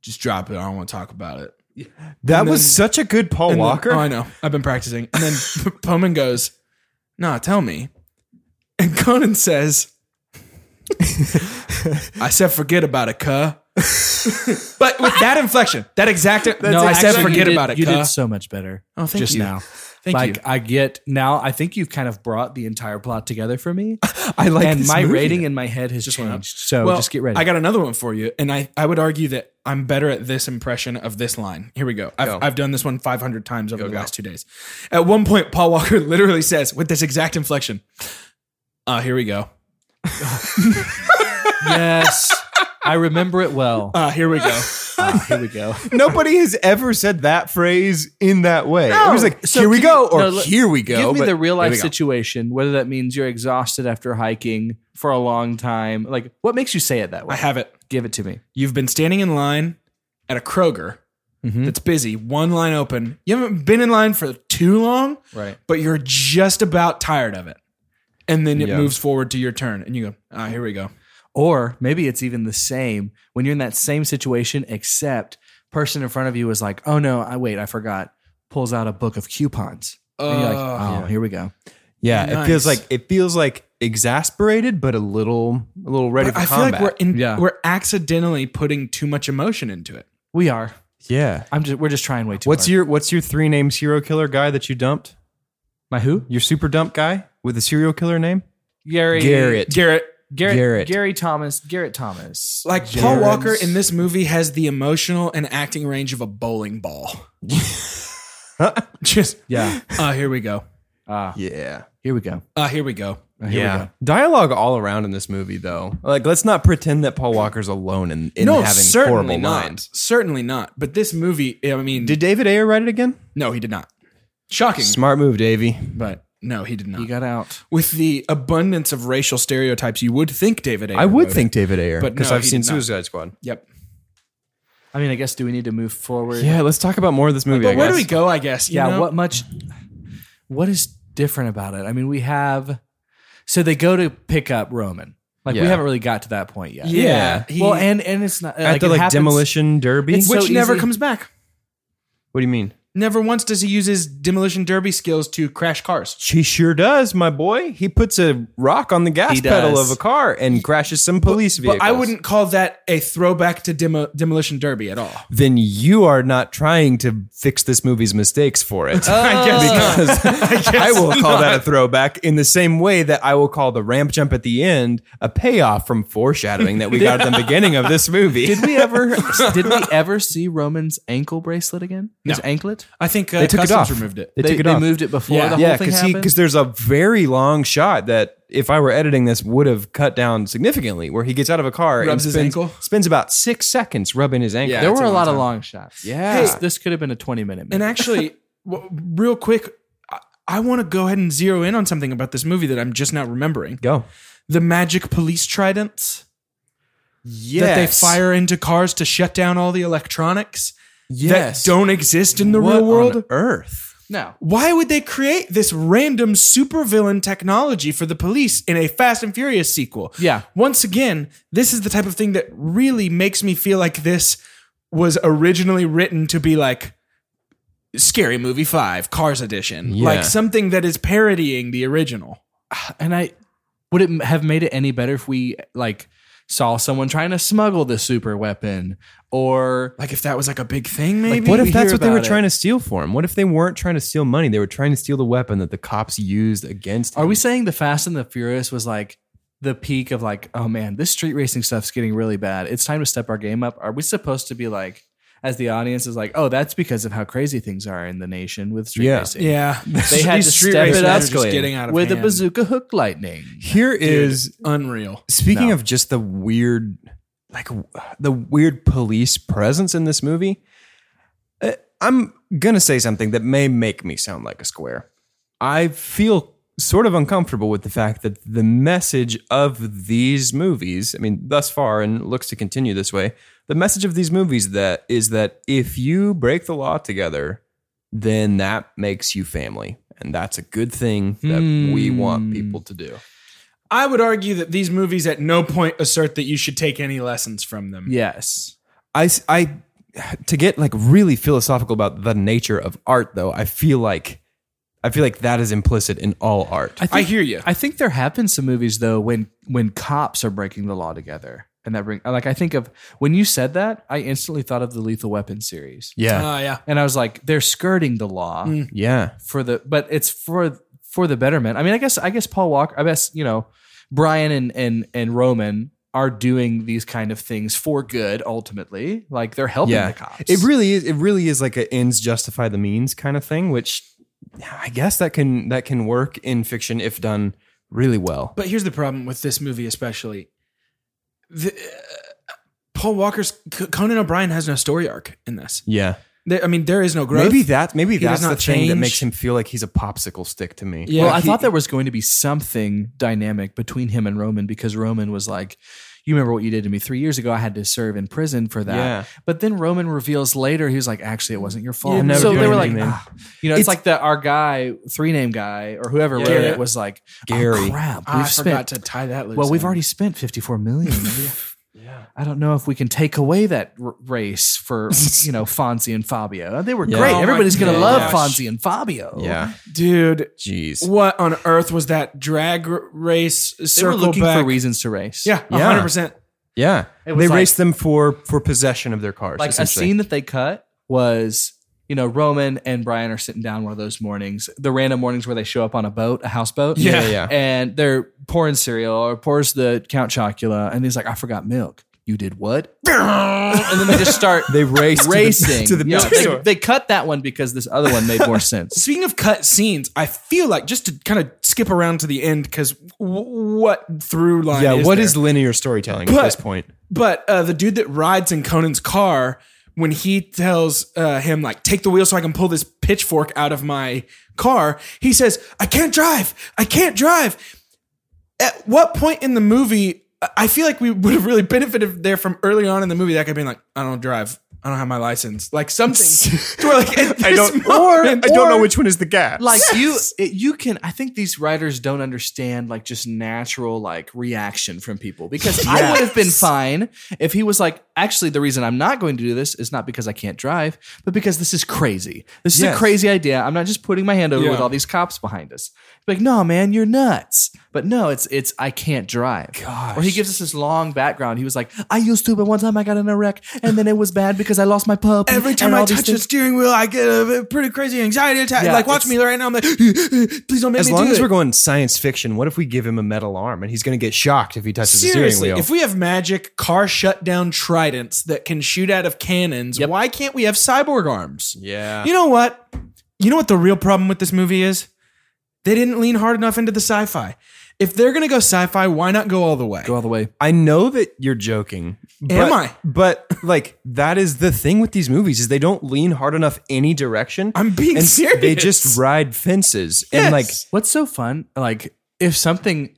"Just drop it. I don't want to talk about it." That And was then- such a good Paul And then- Walker. oh, I know. I've been practicing. And then [LAUGHS] Poman goes, Nah, tell me. And [LAUGHS] Conan says, I said, forget about it, cuh. [LAUGHS] but with that inflection, that exact, no, I said, actually, you forget did- about it, You cuh. did so much better oh, thank just you. now. Thank like you. I get now. I think you've kind of brought the entire plot together for [LAUGHS] me. I like and this my movie. rating in my head has just went up. changed. So well, just get ready. I got another one for you, and I, I would argue that I'm better at this impression of this line. Here we go. I've, I've done this one 500 times over the last two days. At one point, Paul Walker [LAUGHS] literally says with this exact inflection, "Ah, here we go. [LAUGHS] yes, I remember it well. Ah, here we go." [LAUGHS] Ah, here we go. [LAUGHS] Nobody has ever said that phrase in that way. it was like, So here we can you- go, or no, look, here we go. Give me but the real here life we go. situation, whether that means you're exhausted after hiking for a long time. Like, what makes you say it that way? I have it. Give it to me. You've been standing in line at a Kroger that's busy, one line open. You haven't been in line for too long, Right. but you're just about tired of it. And then it moves forward to your turn, and you go, "Ah, here we go." Or maybe it's even the same when you're in that same situation, except person in front of you is like, "Oh no, I wait, I forgot." Pulls out a book of coupons. and you're like, "Oh, here we go." Yeah, it feels Nice. like it feels like exasperated, but a little, a little ready for I feel combat. like we're in, Yeah. we're accidentally putting too much emotion into it. We are. yeah. I'm just. We're just trying way too. What's hard. your What's your three names hero killer guy that you dumped? my who? Your super dump guy with a serial killer name? Gary Garrett. Garrett, Garrett. Garrett. Gary Thomas. Garrett Thomas. like Paul Walker in this movie, has the emotional and acting range of a bowling ball. Just Yeah. Ah, here we go. Ah, [GASPS] Yeah. here we go. Ah, here we go. Ah, here We go. Dialogue all around in this movie, though. Like, let's not pretend that Paul Walker's alone in, in no, having certainly horrible not. lines. Certainly not. But this movie, I mean, Did David Ayer write it again? no, he did not. Shocking, Smart move, Davey. but no, he did not. He got out. With the abundance of racial stereotypes, you would think David. Ayer I would wrote it. think David Ayer, But because no, I've he seen did not. Suicide Squad. Yep. I mean, I guess do we need to move forward? Yeah, let's talk about more of this movie. But I where do guess. we go? I guess. you yeah. know? What much? What is different about it? I mean, we have. So they go to pick up Roman. Like Yeah. we haven't really got to that point yet. Yeah. Yeah. well, He- and and it's not at like, the it like happens- demolition derby? It's Which so never easy. comes back. what do you mean? Never once does he use his demolition derby skills to crash cars. He sure does, my boy. He puts a rock on the gas He pedal does. of a car and crashes some police vehicles. But I wouldn't call that a throwback to demo, demolition derby at all. Then you are not trying to fix this movie's mistakes for it. I guess not. because I, will call that a throwback in the same way that I will call the ramp jump at the end a payoff from foreshadowing that we got at the beginning of this movie. Did we ever? did we ever see Roman's ankle bracelet again? His anklet. I think uh, They took it off. customs removed it. They, took it off. moved it before Yeah. the whole yeah, thing because he happened. because there's a very long shot that if I were editing this would have cut down significantly, where he gets out of a car and Rubs his spends, ankle? spends about six seconds rubbing his ankle. Yeah, there it's were a a long lot of time. long shots. Yeah. this, this could have been a twenty-minute. Movie. And actually, [LAUGHS] w- real quick, I, I want to go ahead and zero in on something about this movie that I'm just now remembering. go. The magic police tridents Yes. that they fire into cars to shut down all the electronics Yes. that don't exist in the What real world. on Earth. no. Why would they create this random supervillain technology for the police in a Fast and Furious sequel? Yeah. Once again, this is the type of thing that really makes me feel like this was originally written to be like Scary Movie 5, Cars Edition. Yeah. Like something that is parodying the original. [SIGHS] and I would it have made it any better if we like saw someone trying to smuggle the super weapon or Like if that was like a big thing, maybe? What we if that's hear what they about were it. trying to steal for him? What if they weren't trying to steal money? They were trying to steal the weapon that the cops used against him. are we saying the Fast and the Furious was like the peak of like oh man this street racing stuff's getting really bad it's time to step our game up are we supposed to be like as the audience is like oh that's because of how crazy things are in the nation with street Yeah. racing yeah. [LAUGHS] they had to step it up are just getting out of with a hand. bazooka hook lightning Here is Unreal. Speaking of just the weird, like the weird police presence in this movie, uh, I'm gonna say something that may make me sound like a square. I feel sort of uncomfortable with the fact that the message of these movies, I mean, thus far, and looks to continue this way, the message of these movies that is that if you break the law together, then that makes you family. And that's a good thing that we want people to do. I would argue that these movies at no point assert that you should take any lessons from them. yes I, s- I- to get like really philosophical about the nature of art though i feel like i feel like that is implicit in all art I hear you. I think there have been some movies though when when cops are breaking the law together. And that bring like I think of when you said that, I instantly thought of the Lethal Weapon series. Yeah. Mm-hmm. Ah, yeah. And I was like, they're skirting the law yeah. for the but it's for for the betterment. I mean, I guess I guess Paul Walker, I guess, you know, Brian and and and Roman are doing these kind of things for good ultimately. Like they're helping Yeah. the cops. It really is it really is like a ends justify the means kind of thing, which I guess that can that can work in fiction if done really well. But here's the problem with this movie, especially. The, uh, Paul Walker's C- Conan O'Brien has no story arc in this. yeah. There- I mean, there is no growth. Maybe that maybe He does that's the not thing that change. makes him feel like he's a popsicle stick to me. Yeah, well, I he- thought there was going to be something dynamic between him and Roman because Roman was like, You remember what you did to me three years ago? I had to serve in prison for that. Yeah. But then Roman reveals later, he was like, Actually, it wasn't your fault. Yeah, never so do they were like, anything, man. "Ah." You know, it's, It's- like the our guy, three name guy, or whoever wrote Yeah. it was like, Gary. Oh, crap. Ah, I We've spent, forgot to tie that loose. well, we've end. already spent 54 [LAUGHS] million. yeah. I don't know if we can take away that r- race [LAUGHS] for, you know, Fonzie and Fabio. Uh, They were Yeah. great. Oh my Everybody's going to love gosh. Fonzie and Fabio. Yeah. dude. Jeez. What on earth was that drag r- race They were circle looking back? for reasons to race. Yeah, Yeah. hundred percent. Yeah. It They was like- raced them for for possession of their cars. like a essentially. scene that they cut was you know roman and brian are sitting down one of those mornings the random mornings where they show up on a boat a houseboat Yeah, Yeah. yeah. and they're pouring cereal or pours the count chocula and he's like i forgot milk you did what [LAUGHS] and then [LAUGHS] they just start They raced to the- racing [LAUGHS] to the Yeah, milk they- store. they, cut that one because this other one made [LAUGHS] more sense Speaking of cut scenes, I feel like just to kind of skip around to the end because w- what through line? Yeah, is what there? is linear storytelling But- at this point? But uh, the dude that rides in Conan's car, when he tells uh, him like, "Take the wheel so I can pull this pitchfork out of my car," he says, "I can't drive. I can't drive." At what point in the movie? I- I feel like we would have really benefited there from early on in the movie. That guy being like, "I don't drive. I don't have my license." Like something. to [LAUGHS] where, [LAUGHS] like, at I this don't moment- I don't know which one is the gap. like you it, you can i think these writers don't understand like just natural like reaction from people because [LAUGHS] i would have been fine if he was like actually the reason i'm not going to do this is not because i can't drive but because this is crazy this is Yes. a crazy idea i'm not just putting my hand over Yeah. with all these cops behind us like no man you're nuts but no it's it's i can't drive or he gives us this long background he was like i used to but one time i got in a wreck and then it was bad because i lost my pup Every time I touch the steering wheel, I get a pretty crazy anxiety attack. Yeah, like, watch it's- me right now. I'm like, [GASPS] please don't make as me long do as it." we're going science fiction, what if we give him a metal arm and he's going to get shocked if he touches the Seriously, steering wheel? if we have magic car shutdown tridents that can shoot out of cannons, why can't we have cyborg arms? yeah. You know what? You know what the real problem with this movie is? They didn't lean hard enough into the sci-fi. If they're gonna go sci-fi, why not go all the way? go all the way I know that you're joking. But, I? But like that is the thing with these movies is they don't lean hard enough any direction. I'm being and serious. They just ride fences Yes. and like What's so fun? Like, if something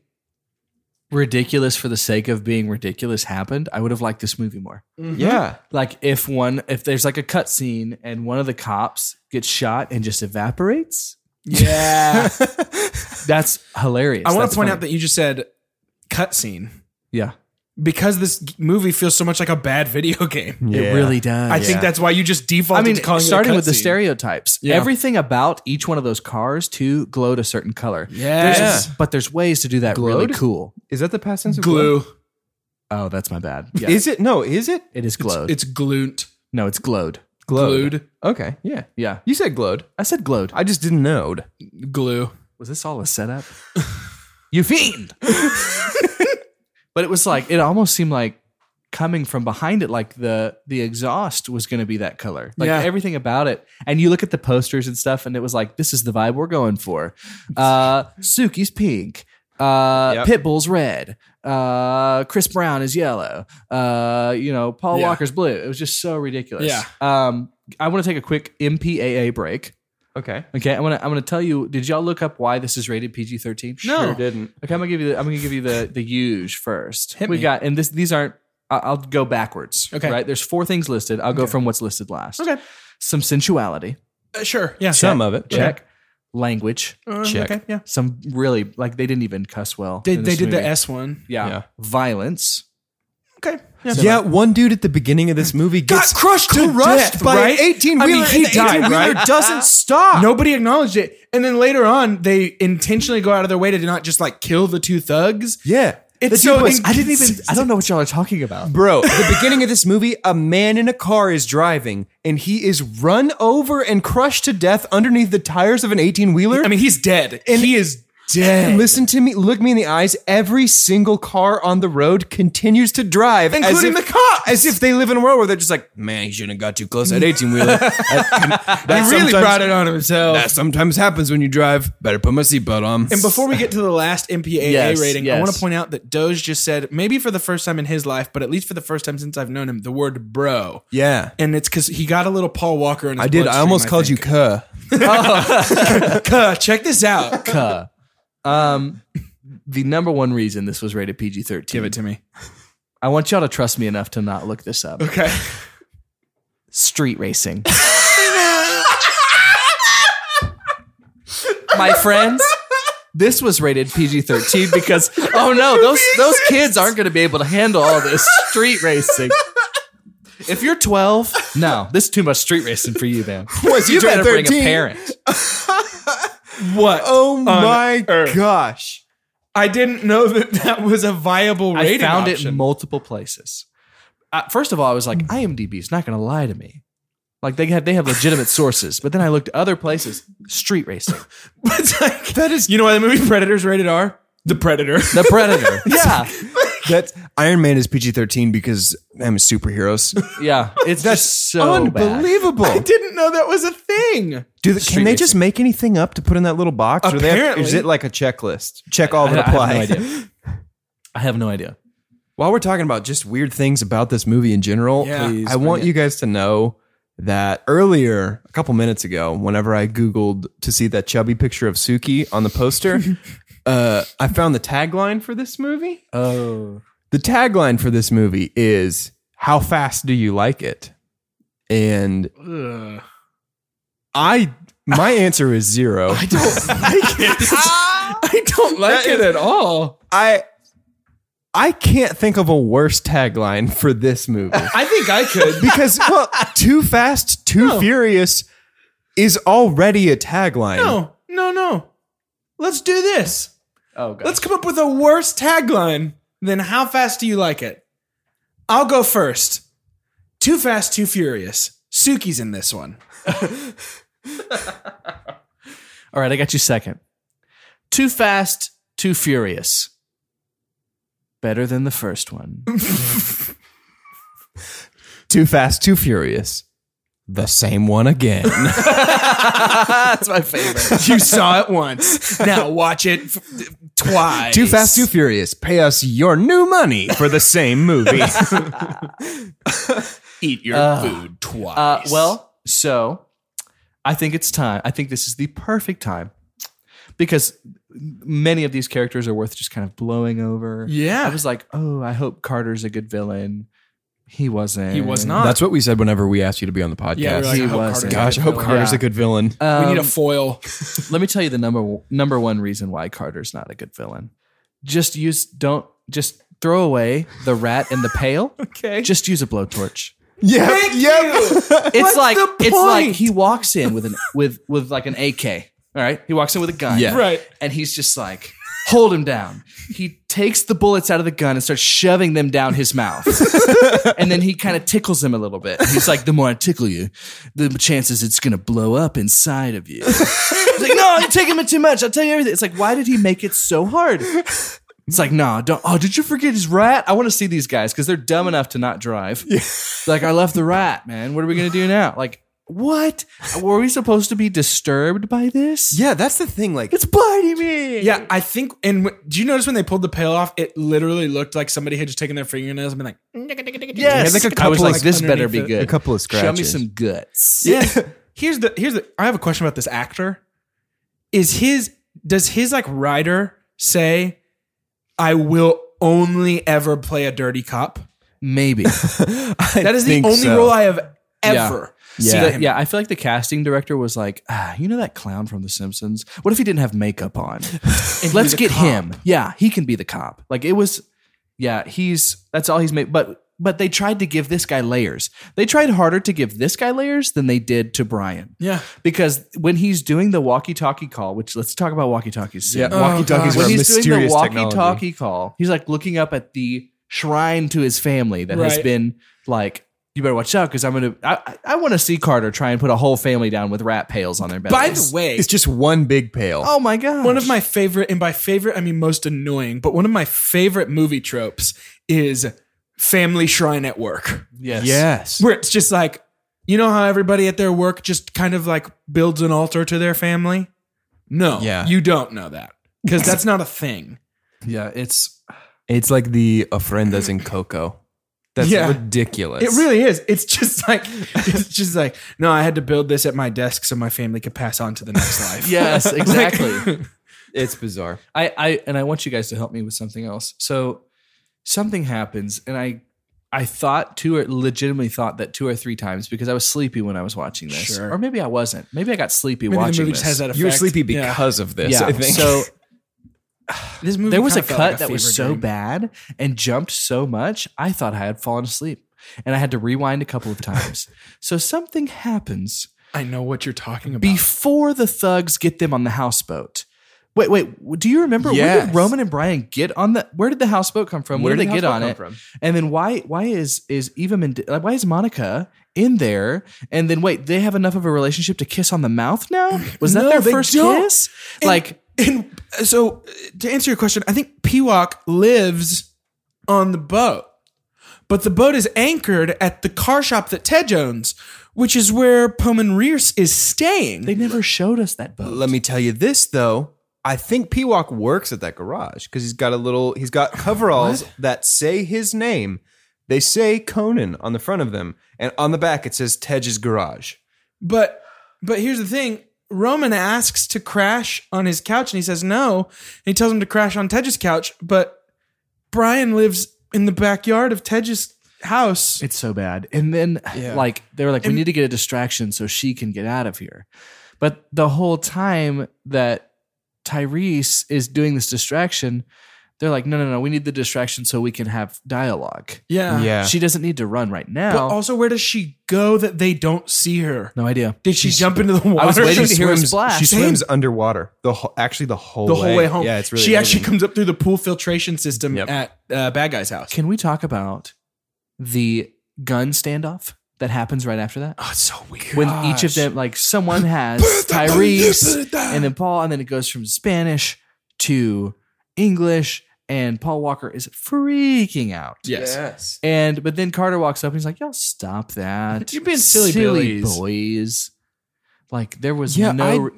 ridiculous for the sake of being ridiculous happened, I would have liked this movie more. Mm-hmm. yeah. Like, if one, if there's like a cutscene and one of the cops gets shot and just evaporates, [LAUGHS] yeah. that's hilarious. I want That's to point funny. out that you just said cutscene yeah, because this g- movie feels so much like a bad video [LAUGHS] game. Yeah. it really does. I think that's why you just defaulted I mean, to calling starting it a with the cutscene. stereotypes, Yeah. everything about each one of those cars too glowed a certain color. Yes. There's- but there's ways to do that really Glowed? cool. Is that the past tense of glue. Oh, that's my bad. Yeah, Is it? No, is it? it is glowed. It's glued. no, it's glowed. Glowed. Glued. Okay, yeah. Yeah, You said glowed. I said glowed. I just didn't know. Glue. was this all a [LAUGHS] setup? you fiend! but it was like it almost seemed like coming from behind it, like the the exhaust was going to be that color, like Yeah. everything about it. And you look at the posters and stuff, and it was like, this is the vibe we're going for. Uh, Suki's pink. Uh, Yep. Pitbull's red. Uh, Chris Brown is yellow. Uh, you know, Paul Yeah. Walker's blue. It was just so ridiculous. Yeah. Um, I want to take a quick MPAA break. Okay. Okay, I'm gonna I'm gonna tell you. Did y'all look up why this is rated PG-13? Sure didn't. Okay, I'm gonna give you the I'm gonna give you the the huge first. Hit we me. got and this these aren't. I- I'll go backwards. Okay. right. There's four things listed. I'll go from what's listed last. Okay. Some sensuality. Uh, sure. Yeah. Some of it. Check. Language. Uh, Check. Okay. Yeah. Some really like they didn't even cuss well. They, in they this did the movie. S one. Yeah. Yeah. Violence. Okay. Yeah, one dude at the beginning of this movie gets crushed to death, right? eighteen I mean, he died, right? doesn't stop. Nobody acknowledged it. And then later on, they intentionally go out of their way to not just like kill the two thugs. Yeah. It's two so of us- I didn't even. I don't know what y'all are talking about. [LAUGHS] Bro, at the beginning of this movie, a man in a car is driving and he is run over and crushed to death underneath the tires of an 18 wheeler. I mean, he's dead. he is dead. listen to me, look me in the eyes. Every single car on the road continues to drive, as Including if- the cops. As if they live in a world where they're just like, man, he shouldn't have got too close that 18 [LAUGHS] wheeler. that he really brought it on himself. That sometimes happens when you drive. Better put my seatbelt on. And before we get to the last MPAA Yes, rating, I yes. want to point out that Doge just said, maybe for the first time in his life, but at least for the first time since I've known him, the word bro. yeah. And it's because he got a little Paul Walker in his I did. I bloodstream, almost called you think. [LAUGHS] cuh. Cuh, check this out. Cuh. Um, the number one reason this was rated PG Give it thirteen. to me. I want y'all to trust me enough to not look this up. Okay. Street [LAUGHS] racing. My friends, this was rated PG thirteen because oh [LAUGHS] no, those those kids aren't going to be able to handle all this street racing. If you're 12, no, this is too much street racing for you, [LAUGHS] man. you better bring a parent. What? Oh on my earth? gosh. I didn't know that that was a viable I rating. found it option. in multiple places. Uh, first of all, I was like, IMDb's not going to lie to me. Like they have they have legitimate sources, but then I looked at other places. Street racing, But it's [LAUGHS] like, [LAUGHS] that is. You know why the movie Predators rated R? The Predator. the [LAUGHS] Predator. yeah, That's Iron Man is PG 13 because I'm superheroes. yeah. It's just so bad. Unbelievable. I didn't know that was a thing. Do the, Street can they just racing. make anything up to put in that little box? Or they have, Apparently. is it like a checklist? Check all I, that I apply. have no idea. I have no idea. While we're talking about just weird things about this movie in general, Yeah. Please I want you guys to know that earlier, a couple minutes ago, whenever I Googled to see that chubby picture of Suki on the poster, uh, I found the tagline for this movie. Oh, The tagline for this movie is How fast do you like it? And I my answer is [LAUGHS] zero. I don't like [LAUGHS] I don't like it at all. I I can't think of a worse tagline for this [LAUGHS] movie. I think I could. Because well, too fast, too furious is already a tagline. No, no, no. Let's do this. oh god. Let's come up with a worse tagline than how fast do you like it? I'll go first. Too fast, too furious. Suki's in this one. [LAUGHS] All right, I got you second. Too fast, too furious. Better than the first [LAUGHS] one. [LAUGHS] Too fast, too furious. The same one [LAUGHS] again. That's my favorite. You saw it once. Now watch it f- twice. too fast, too furious. Pay us your new money for the same [LAUGHS] movie. eat your Uh, food twice. Uh, well, so I think it's time. I think this is the perfect time because many of these characters are worth just kind of blowing over. yeah. I was like, oh, I hope Carter's a good villain. He wasn't. he was not. That's what we said whenever we asked you to be on the podcast. yeah, we were like, He I hope was. Carter's Gosh, I hope a good Carter's Yeah. a good Uh, villain. villain. Um, we need a foil. Let me tell you the number number one reason why Carter's not a good villain. Just use don't just throw away the rat in the pail. [LAUGHS] Okay. Just use a blowtorch. Yeah, It's like it's like he walks in with an with with like an AK. All right, he walks in with a gun. Yeah. Right. and he's just like hold him down. He takes the bullets out of the gun and starts shoving them down his mouth. and then he kind of tickles him a little bit. He's like, "The more I tickle you, the chances it's gonna blow up inside of you." He's like, "No, you're taking it too much. I'll tell you everything." It's like, why did he make it so hard? It's like, nah, don't. Oh, did you forget his rat? I want to see these guys because they're dumb enough to not drive. Like, I left the rat, man. What are we gonna do now? Like, what? Were we supposed to be disturbed by this? Yeah, that's the thing. Like, it's biting me. Yeah, I think. And w- do you notice when they pulled the pail off? It literally looked like somebody had just taken their fingernails and been like, Yes. They had, like, a I was couple, like, like, this better be underneath it. good. a couple of Show scratches. me some guts. Yeah. [LAUGHS] here's the here's the I have a question about this actor. Is his does his like writer say I will only ever play a dirty cop? Maybe. That is the only role I have Yeah. ever. Yeah. seen yeah. him. yeah, I feel like the casting director was like, ah, you know that clown from The Simpsons? What if he didn't have makeup on? Let's the get cop." him. Yeah, he can be the cop. Like it was, yeah, he's, that's all he's made. But but they tried to give this guy layers. They tried harder to give this guy layers than they did to Brian. Yeah. Because when he's doing the walkie-talkie call, which let's talk about walkie-talkies. soon. Yeah, Oh, walkie-talkies are God. when a he's doing the mysterious walkie-talkie technology. call, he's like looking up at the shrine to his family that has Right. been like, you better watch out because I'm gonna. I, I want to see Carter try and put a whole family down with rat pails on their bellies. By the way, It's just one big pail. oh my god, one of my favorite, and by favorite I mean most annoying, but one of my favorite movie tropes is family shrine at work. yes, yes. where it's just like you know how everybody at their work just kind of like builds an altar to their family no Yeah. you don't know that because that's not a thing yeah, it's It's like the ofrendas in Coco. That's Yeah. ridiculous. it really is it's just like it's just like no i had to build this at my desk so my family could pass on to [LAUGHS] the next life [LAUGHS] [LAUGHS] yes, exactly. It's bizarre. I, I and I want you guys to help me with something else. So something happens, and I I thought two or legitimately thought that two or three times because I was sleepy when I was watching this, Sure. or maybe I wasn't. Maybe I got sleepy Maybe watching the movie this. just has that effect. You were sleepy Yeah. because of this, yeah. I think. So [LAUGHS] this movie there was a Mm, kinda cut felt like that was fever so dream. bad and jumped so much, I thought I had fallen asleep, and I had to rewind a couple of [LAUGHS] times. so something happens i know what you're talking about before the thugs get them on the houseboat. Wait, wait. Do you remember when Yes. did Roman and Brian get on the? Where did the houseboat come from? Where, did they get on it? And then why? Why is is Eva? Mende- like, why is Monica in there? And then wait, they have enough of a relationship to kiss on the mouth now. Was that No, their they 1st don't. kiss? And- like and uh, so uh, to answer your question, I think Pewok lives on the boat, but the boat is anchored at the car shop that Ted owns, which is where Poman Reese is staying. they never showed us that boat. Let me tell you this though. I think Pewok works at that garage because he's got a little. He's [GASPS] got coveralls that say his name. They say Conan on the front of them, and on the back it says Tedge's Garage. but but here's the thing: Roman asks to crash on his couch, and he says no. And he tells him to crash on Tedge's couch, but Brian lives in the backyard of Tedge's house. It's so bad. And then Yeah. like they were like, we And- need to get a distraction so she can get out of here. But the whole time that Tyrese is doing this distraction, they're like, no, no, no, we need the distraction so we can have dialogue. yeah, She- She doesn't need to run right But now. also, where does she go that they don't see her? no idea. Did she jump into the water? I was waiting [LAUGHS] to She hear a swims- splash. she Same. swims underwater. The whole, actually the whole the whole way home. Yeah, it's really. She actually amazing. comes up through the pool filtration system Yep. at uh, Bad Guy's house. Can we talk about the gun standoff that happens right after that? oh, it's so weird. When each of them, like [LAUGHS] someone has Tyrese and then Paul, and then it goes from Spanish to English, and Paul Walker is freaking out. yes. And but then Carter walks up and he's like, "Y'all stop that! You're being silly billies." boys." Like there was Yeah, no.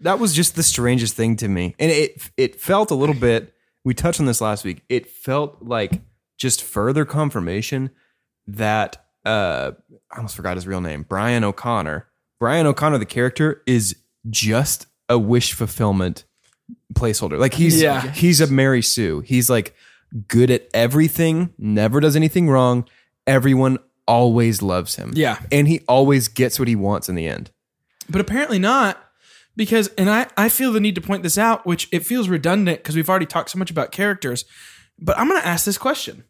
that was just the strangest thing to me, and it it felt a little bit. We touched on this last week. It felt like just further confirmation that uh, I almost forgot his real name, Brian O'Connor. Brian O'Connor, the character, is just a wish fulfillment placeholder. Like he's Yeah. he's a Mary Sue. He's like good at everything, never does anything wrong. Everyone always loves him. Yeah. And he always gets what he wants in the end. But apparently not. Because, and I, I feel the need to point this out, which it feels redundant because we've already talked so much about characters. But I'm going to ask this question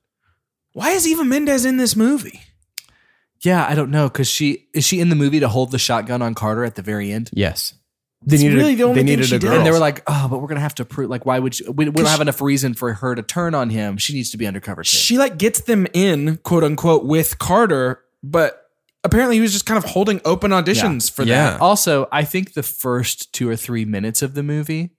Why is Eva Mendez in this movie? yeah, I don't know because she is she in the movie to hold the shotgun on Carter at the very end. Yes. They It's needed really a, the only they thing needed she a did. girl. And they were like, "Oh, but we're gonna have to prove. Like, why would you, we, we don't have enough reason for her to turn on him? She needs to be undercover too." She like gets them in, quote unquote, with Carter, but apparently he was just kind of holding open auditions for Yeah. that. also, I think the first two or three minutes of the movie,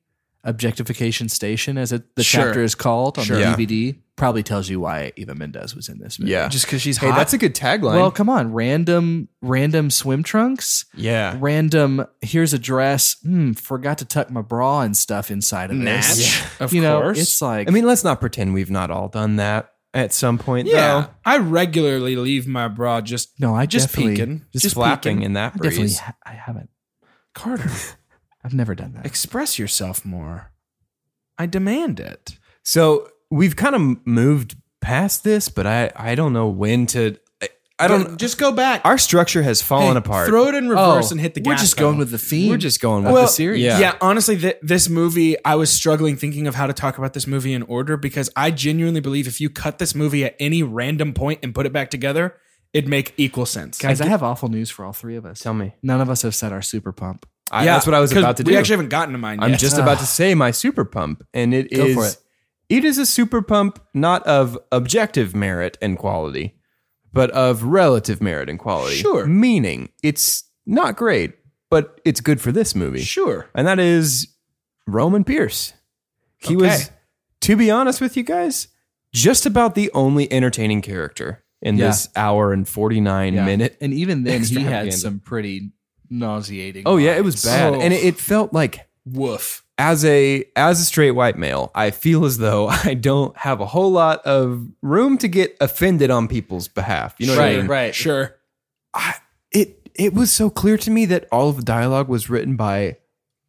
Objectification Station, as it, the Sure. chapter is called on Sure. the Yeah. DVD, probably tells you why Eva Mendez was in this movie. Yeah. Just because she's hey, hot. that's a good tagline. Well, come on, random, random swim trunks, yeah. random. Here's a dress. Hmm, forgot to tuck my bra and stuff inside of Natch, this. of you know, course. it's like I mean, let's not pretend we've not all done that at some point. Yeah, though. I regularly leave my bra just no, I just definitely- peeking, Just, flapping peeking. in that I definitely, breeze. ha- I haven't. Carter, [LAUGHS] I've never done that. express yourself more. I demand it. So we've kind of moved past this, but I, I don't know when to. I, I don't. Just go back. Our structure has fallen Hey, apart. Throw it in reverse Oh. and hit the We're gas just pedal. going with the theme. We're just going with Well, the series. Yeah, honestly, th- this movie, I was struggling thinking of how to talk about this movie in order because I genuinely believe if you cut this movie at any random point and put it back together, it'd make equal sense. guys. I, have awful news for all three of us. Tell me. None of us have said our super pump. I, that's what I was 'cause about to we do. We actually haven't gotten to mine I'm yet. just about to say my super pump, and it is. Go for it. It is a super pump, not of objective merit and quality, but of relative merit and quality. Sure. Meaning, it's not great, but it's good for this movie. sure. and that is Roman Pierce. He Okay. was, to be honest with you guys, just about the only entertaining character in Yeah. this hour and 49 minute. and even then he had Extravaganza. some pretty nauseating. Oh, yeah, it was lines. bad. Oh. And it, it felt like. Woof. As a as a straight white male, I feel as though [LAUGHS] I don't have a whole lot of room to get offended on people's behalf. You know what I mean? right. Sure. it it was so clear to me that all of the dialogue was written by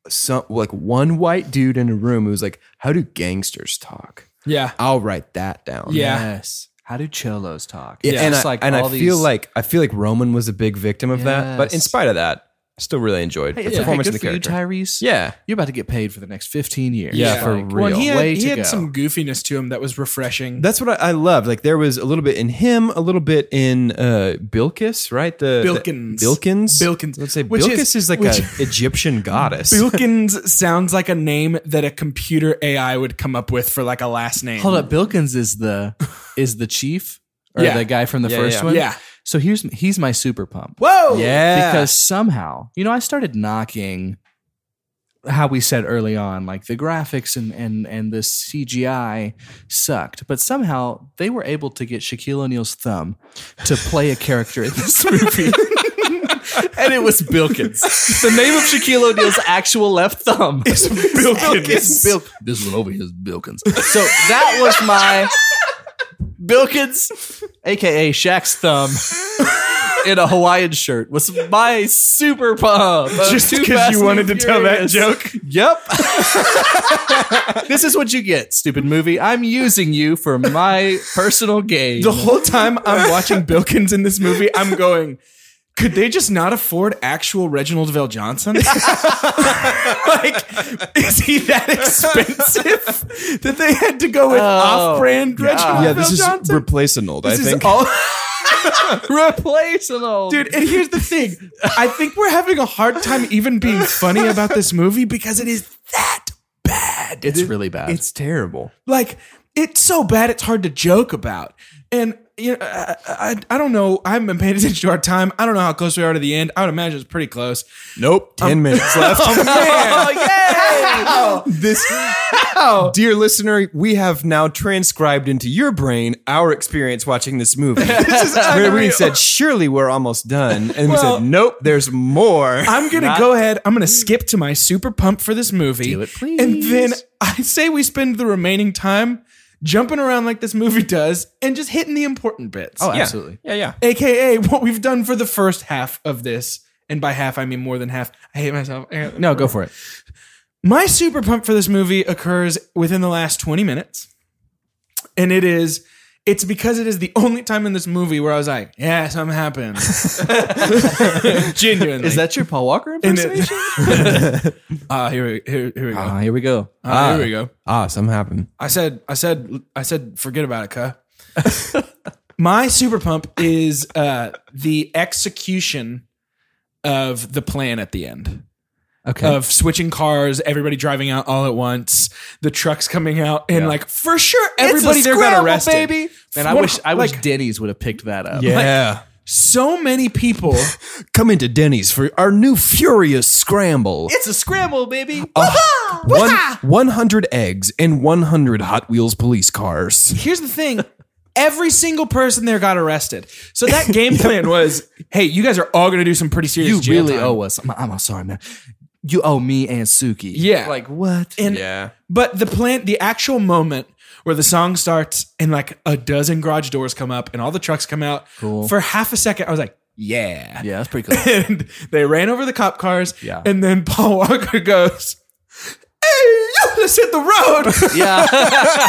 some like one white dude in a room who was like, "How do gangsters talk?" Yeah. I'll write that down. Yeah. Yes. How do cholos talk? Yeah, and Just I, and I all feel these- like I feel like Roman was a big victim of that, but in Yes. spite of that, I still really enjoyed Hey, the it's okay. performance Good of for the you, character. Tyrese. yeah, You're about to get paid for the next 15 years. Yeah, for Well, and he had, Way he to had go. some goofiness to him that was refreshing. that's what I, I loved. Like there was a little bit in him, a little bit in uh, Bilkis, right? The the- Bilkins. Bilkins, Bilkins. Let's say Which Bilkis is- is, like which- an Egyptian [LAUGHS] goddess. Bilkins sounds like a name that a computer AI would come up with for like a last name. Hold up, Bilkins is the is the chief or Yeah. the guy from the Yeah, first yeah. one. Yeah. So here's he's my super pump. Whoa. Oh, yeah, Because somehow, you know, I started knocking how we said early on, like the graphics and and and the CGI sucked, but somehow they were able to get Shaquille O'Neal's thumb to play a character in this movie. And it was Bilkins. The name of Shaquille O'Neal's actual left thumb is Bilkins. Bil- this one over here is Bilkins. So that was my [LAUGHS] Bilkins, aka Shaq's [LAUGHS] thumb, in a Hawaiian shirt was my super pump. of Uh, Just Too because Fast you and wanted to tell that Furious. joke. Yep. this is what you get, stupid movie. I'm using you for my personal gain. [LAUGHS] The whole time I'm watching Bilkins in this movie, I'm going, could they just not afford actual Reginald Vell Johnson? like, is he that expensive that they had to go with off brand Reginald yeah. Vell This is Johnson? replaceable. I this is think all. Replace an old Dude, and here's the thing. I think we're having a hard time even being funny about this movie because it is that bad. It's really bad. it's terrible. like it's so bad it's hard to joke about and you know, I, I, I don't know i haven't been paying attention to our time i don't know how close we are to the end i would imagine it's pretty close Nope. 10 [LAUGHS] minutes left. oh, [LAUGHS] this, dear listener, we have now transcribed into your brain our experience watching this [LAUGHS] movie. where we said, surely we're almost done. And we Well- said, nope, there's more. i'm gonna go ahead i'm gonna skip to my super pump for this movie Do it, please. and then [LAUGHS] i say we spend the remaining time jumping around like this movie does and just hitting the important bits oh, absolutely. yeah, yeah. aka what we've done for the first half of this and by half i mean more than half i hate myself No, go for it. My super pump for this movie occurs within the last 20 minutes. And it is it's because it is the only time in this movie where I was like, yeah, [LAUGHS] something happened. [LAUGHS] Genuinely. [LAUGHS] Is that your Paul Walker And it- impersonation? Ah, here we here, here we [LAUGHS] go. Ah, here we go. Ah, here we go. Ah, something happened. I said, I said, I said, forget about it, cuh. [LAUGHS] My super pump is uh, the execution of the plan at the end. Okay. of switching cars, everybody driving out all at once, the trucks coming out, and like for sure everybody there got scramble, arrested, baby. and I One- wish I wish like, Denny's would have picked that up. Yeah. so many people. Come into Denny's for our new furious scramble. [LAUGHS] It's a scramble, baby. One, 100 eggs and 100 Hot Wheels police cars. Here's the thing. Every single person there got arrested. So that [LAUGHS] game plan was, hey, you guys are all going to do some pretty serious. you jail really time. owe us. I'm, I'm sorry, man. You owe me and Suki. Yeah. Like what? And Yeah. But the plan, the actual moment where the song starts and like a dozen garage doors come up and all the trucks come out, Cool. for half a second, I was like, [LAUGHS] yeah. yeah, that's pretty cool. and they ran over the cop cars. Yeah. And then Paul Walker goes, "Hey, let's hit the road. [LAUGHS]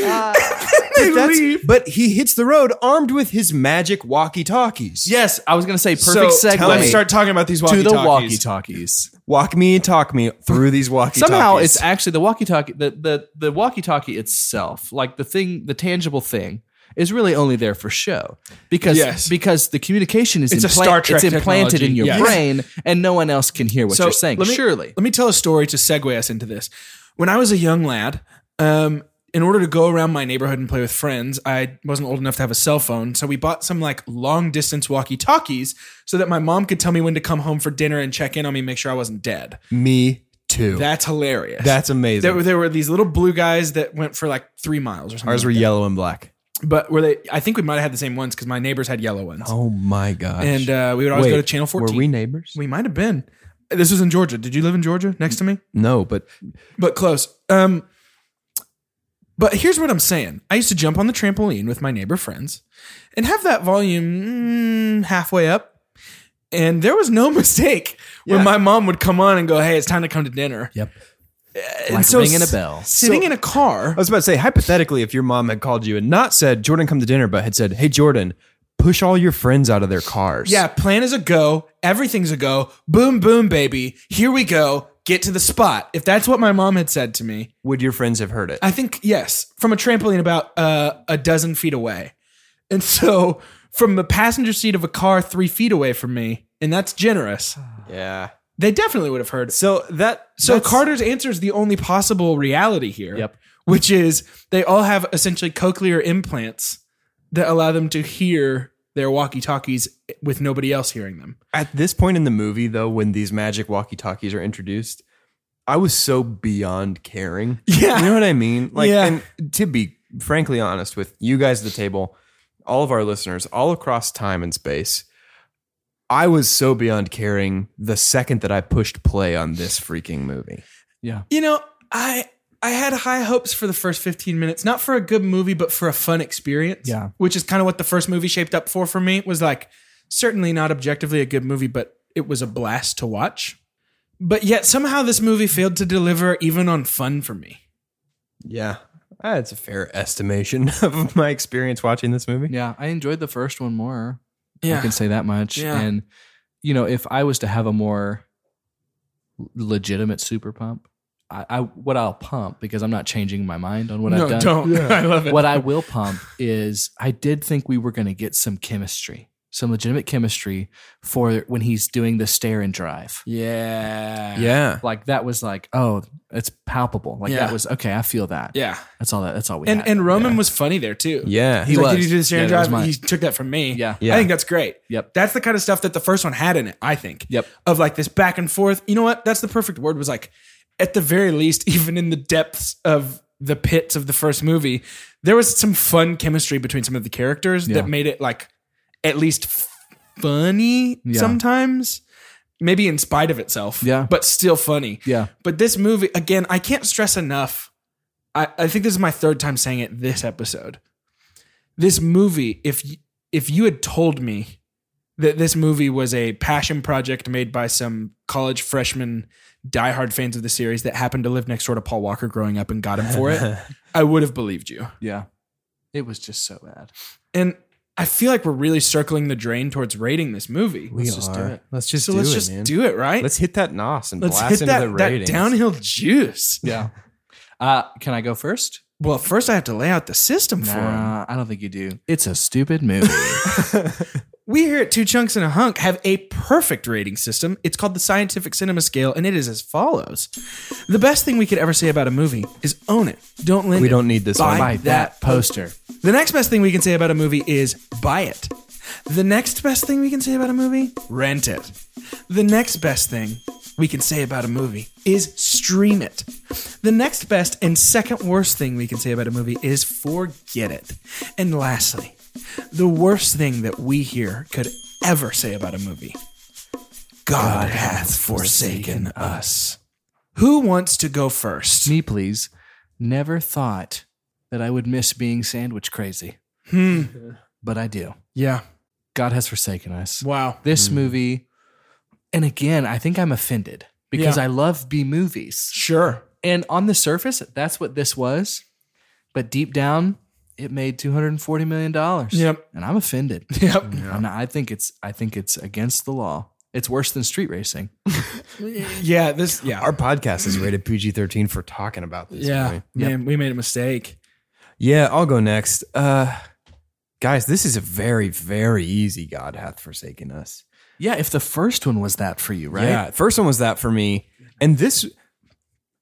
Yeah. But that's- But he hits the road armed with his magic walkie-talkies. yes, I was gonna say So, perfect segue tell me- let's start talking about these to walkie the walkie talkies. Walk me, talk me through these walkie-talkies. Somehow it's actually the walkie talkie the, the the walkie talkie itself, like the thing the tangible thing. Is really only there for show because Yes. because the communication is It's a Star Trek it's implanted in technology, your yes. brain and no one else can hear what you're saying. Let me, surely, Let me tell a story to segue us into this. When I was a young lad, um, in order to go around my neighborhood and play with friends, I wasn't old enough to have a cell phone. So we bought some like long distance walkie talkies so that my mom could tell me when to come home for dinner and check in on me, make sure I wasn't dead. me too. That's hilarious. That's amazing. there, were- there were these little blue guys that went for like three miles or something. Ours were yellow and black. but were they? I think we might have had the same ones because my neighbors had yellow ones, Oh my gosh. and uh, we would always go to channel fourteen. Were we neighbors? we might have been. This was in Georgia. Did you live in Georgia next to me? No, but but close. Um, but here's what I'm saying. I used to jump on the trampoline with my neighbor friends and have that volume mm, halfway up. And there was no [LAUGHS] mistake when my mom would come on and go, Hey, it's time to come to dinner. Yep. And Like ringing a s- bell. Sitting So- in a car. I was about to say, hypothetically, if your mom had called you and not said, Jordan, come to dinner, but had said, hey, Jordan, push all your friends out of their cars. Yeah, plan is a go. Everything's a go. Boom, boom, baby. Here we go. Get to the spot. If that's what my mom had said to me, Would your friends have heard it? I think yes, from a trampoline about uh, a dozen feet away, and so from the passenger seat of a car three feet away from me, and that's generous. yeah. They definitely would have heard. So that. So that's- Carter's answer is the only possible reality here. Yep. Which is they all have essentially cochlear implants that allow them to hear their walkie-talkies with nobody else hearing them. At this point in the movie, though, when these magic walkie talkies are introduced, I was so beyond caring. [LAUGHS] Yeah. You know what I mean? Like, Yeah. and to be frankly honest with you guys at the table, all of our listeners, all across time and space, I was so beyond caring the second that I pushed play on this freaking movie. You know, I I had high hopes for the first 15 minutes, not for a good movie, but for a fun experience. Yeah. Which is kind of what the first movie shaped up for for me was like certainly not objectively a good movie, but it was a blast to watch. But yet somehow this movie failed to deliver even on fun for me. Yeah. That's a fair estimation [LAUGHS] of my experience watching this movie. yeah, I enjoyed the first one more. I Yeah. can say that much. Yeah. And you know, if I was to have a more legitimate super pump, I, I what I'll pump because I'm not changing my mind on what no, I've done. don't. [LAUGHS] I love it. What I will pump is I did think we were going to get some chemistry, some legitimate chemistry for when he's doing the stare and drive. yeah. Yeah. Like that was like, oh, it's palpable. Like Yeah. that was okay. I feel that. Yeah. that's all that. That's all we. And had. and Roman was funny there too. Yeah. He He's like, was. did you do the Yeah, Sharon that was Drive? mine. He took that from me. Yeah. Yeah. I think that's great. Yep. That's the kind of stuff that the first one had in it, I think. Yep. Of like this back and forth. You know what? That's the perfect word was like, at the very least, [LAUGHS] even in the depths of the pits of the first movie, there was some fun chemistry between some of the characters Yeah. that made it like at least f- funny Yeah. sometimes. Maybe in spite of itself. Yeah. But still funny. yeah. But this movie, again, I can't stress enough. I, I think this is my third time saying it this episode. This movie, if y- if you had told me that this movie was a passion project made by some college freshmen diehard fans of the series that happened to live next door to Paul Walker growing up and got him for it, [LAUGHS] I would have believed you. Yeah. It was just so bad. And I feel like we're really circling the drain towards rating this movie. let's just do it. Let's just so do let's it, just man. do it, right? Let's hit that nos and Let's blast hit into that, the that ratings. downhill juice. Yeah. Uh, can I go first? Well, first I have to lay out the system for him. I don't think you do. It's a stupid [LAUGHS] movie. We here at Two Chunks and a Hunk have a perfect rating system. It's called the Scientific Cinema Scale, and it is as follows: The best thing we could ever say about a movie is own it. Don't lend. We it. don't need this Buy one. Buy that poster. The next best thing we can say about a movie is buy it. The next best thing we can say about a movie, rent it. The next best thing we can say about a movie is stream it. The next best and second worst thing we can say about a movie is forget it. And lastly, the worst thing that we here could ever say about a movie God, hath forsaken us. Who wants to go first? Me, please. Never thought that I would miss being sandwich crazy, Hmm. but I do. Yeah. God has forsaken us. Wow. This movie, and again, I think I'm offended because Yeah. I love B movies. Sure. And on the surface, that's what this was. But deep down, it made two hundred and forty million dollars. Yep. And I'm offended. Yep. And I think it's I think it's against the law. It's worse than street racing. Yeah, this. Yeah, Our podcast is rated PG 13 for talking about this. yeah, movie. man, we made a mistake. Yeah, I'll go next. Uh, guys, this is a very, very easy God hath forsaken us. Yeah, if the first one was that for you, right? Yeah, first one was that for me. And this,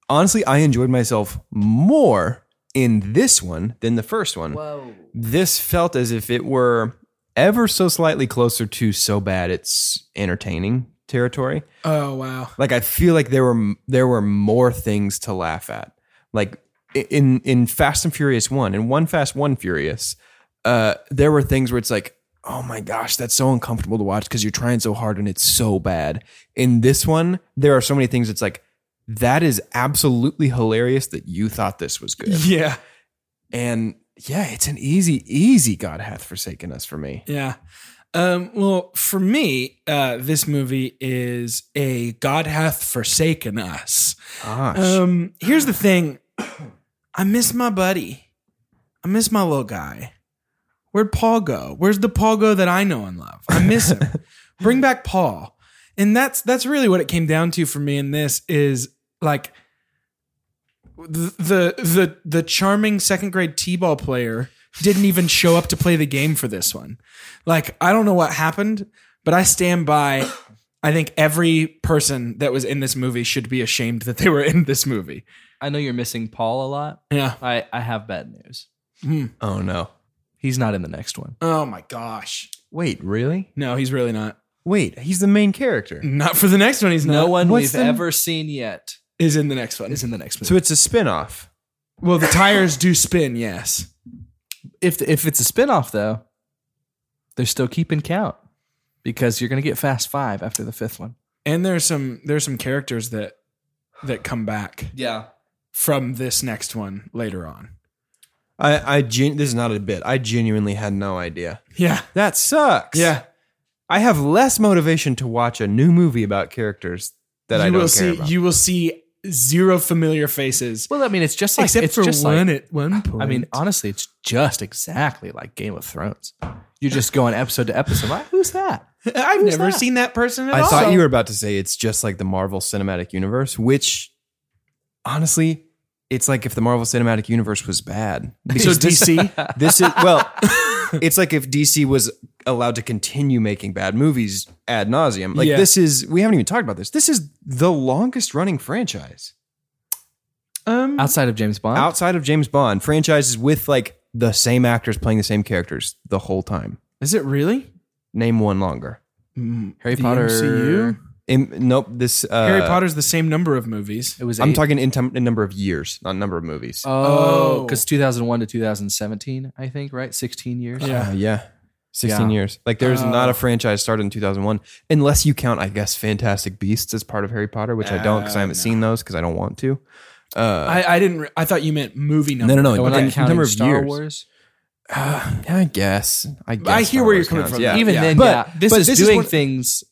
honestly, I enjoyed myself more in this one than the first one. Whoa. This felt as if it were ever so slightly closer to so bad it's entertaining territory. Oh wow. Like I feel like there were there were more things to laugh at. Like in in Fast and Furious 1 and One Fast One Furious, uh there were things where it's like, "Oh my gosh, that's so uncomfortable to watch cuz you're trying so hard and it's so bad." In this one, there are so many things it's like that is absolutely hilarious that you thought this was good. Yeah, And yeah, it's an easy easy God hath forsaken us for me. yeah. Um, well, for me, uh, this movie is a God hath forsaken us. Gosh. Um, here's the thing. I miss my buddy. I miss my little guy. Where'd Paul go? Where's the Paul go that I know and love? I miss him. Bring back Paul. And that's that's really what it came down to for me in this is like the the the, the charming second grade T-ball player didn't even show up to play the game for this one. Like I don't know what happened, but I [COUGHS] stand by I think every person that was in this movie should be ashamed that they were in this movie. I know you're missing Paul a lot. Yeah. I, I have bad news. oh no. He's not in the next one. Oh my gosh. Wait, really? No, he's really not. Wait, he's the main character. Not for the next one. He's No not. one what's we've the- ever seen yet is in the next one. is in the next movie. So it's a spin-off. Well, [COUGHS] the tires do spin. Yes. if if it's a spinoff though, they're still keeping count because you're gonna get Fast Five after the fifth one. And there's some there's some characters that that come back Yeah, from this next one later on. I, I gen- this is not a bit. I genuinely had no idea. Yeah. That sucks. Yeah. I have less motivation to watch a new movie about characters that you I don't will care see about. you will see zero familiar faces. Well, I mean, it's just like except it's for just one Like, at one point. I mean, honestly, it's just exactly like Game of Thrones. You're just going episode to episode. Like, Who's that? [LAUGHS] I've who's never that? seen that person at I all. thought you were about to say it's just like the Marvel Cinematic Universe, which honestly, it's like if the Marvel Cinematic Universe was bad. so Because this- DC. [LAUGHS] This is well, it's like if DC was allowed to continue making bad movies ad nauseum. Like Yeah. this is we haven't even talked about this. This is the longest running franchise um, Outside of James Bond, outside of James Bond franchises with like the same actors playing the same characters the whole time. is it really? Name one longer. Mm-hmm. Harry The Potter. MCU? Im- nope. This uh, Harry Potter's the same number of movies. It was. I'm eight. talking in, time in number of years, not number of movies. Oh, Oh. because 2001 to 2017, I think, right? 16 years. Uh, yeah. Oh. 16 years. Like there's not a franchise started in 2001 unless you count I guess Fantastic Beasts as part of Harry Potter, which I don't cuz I haven't seen those cuz I don't want to. I, I didn't. Re- I thought you meant movie No, number. no, no. Oh, we're okay, not counting number of Star years. Wars. I guess. I guess. I Star hear where you're Wars coming counts, from. yeah. Even then, But- yeah, this but is this is doing what- things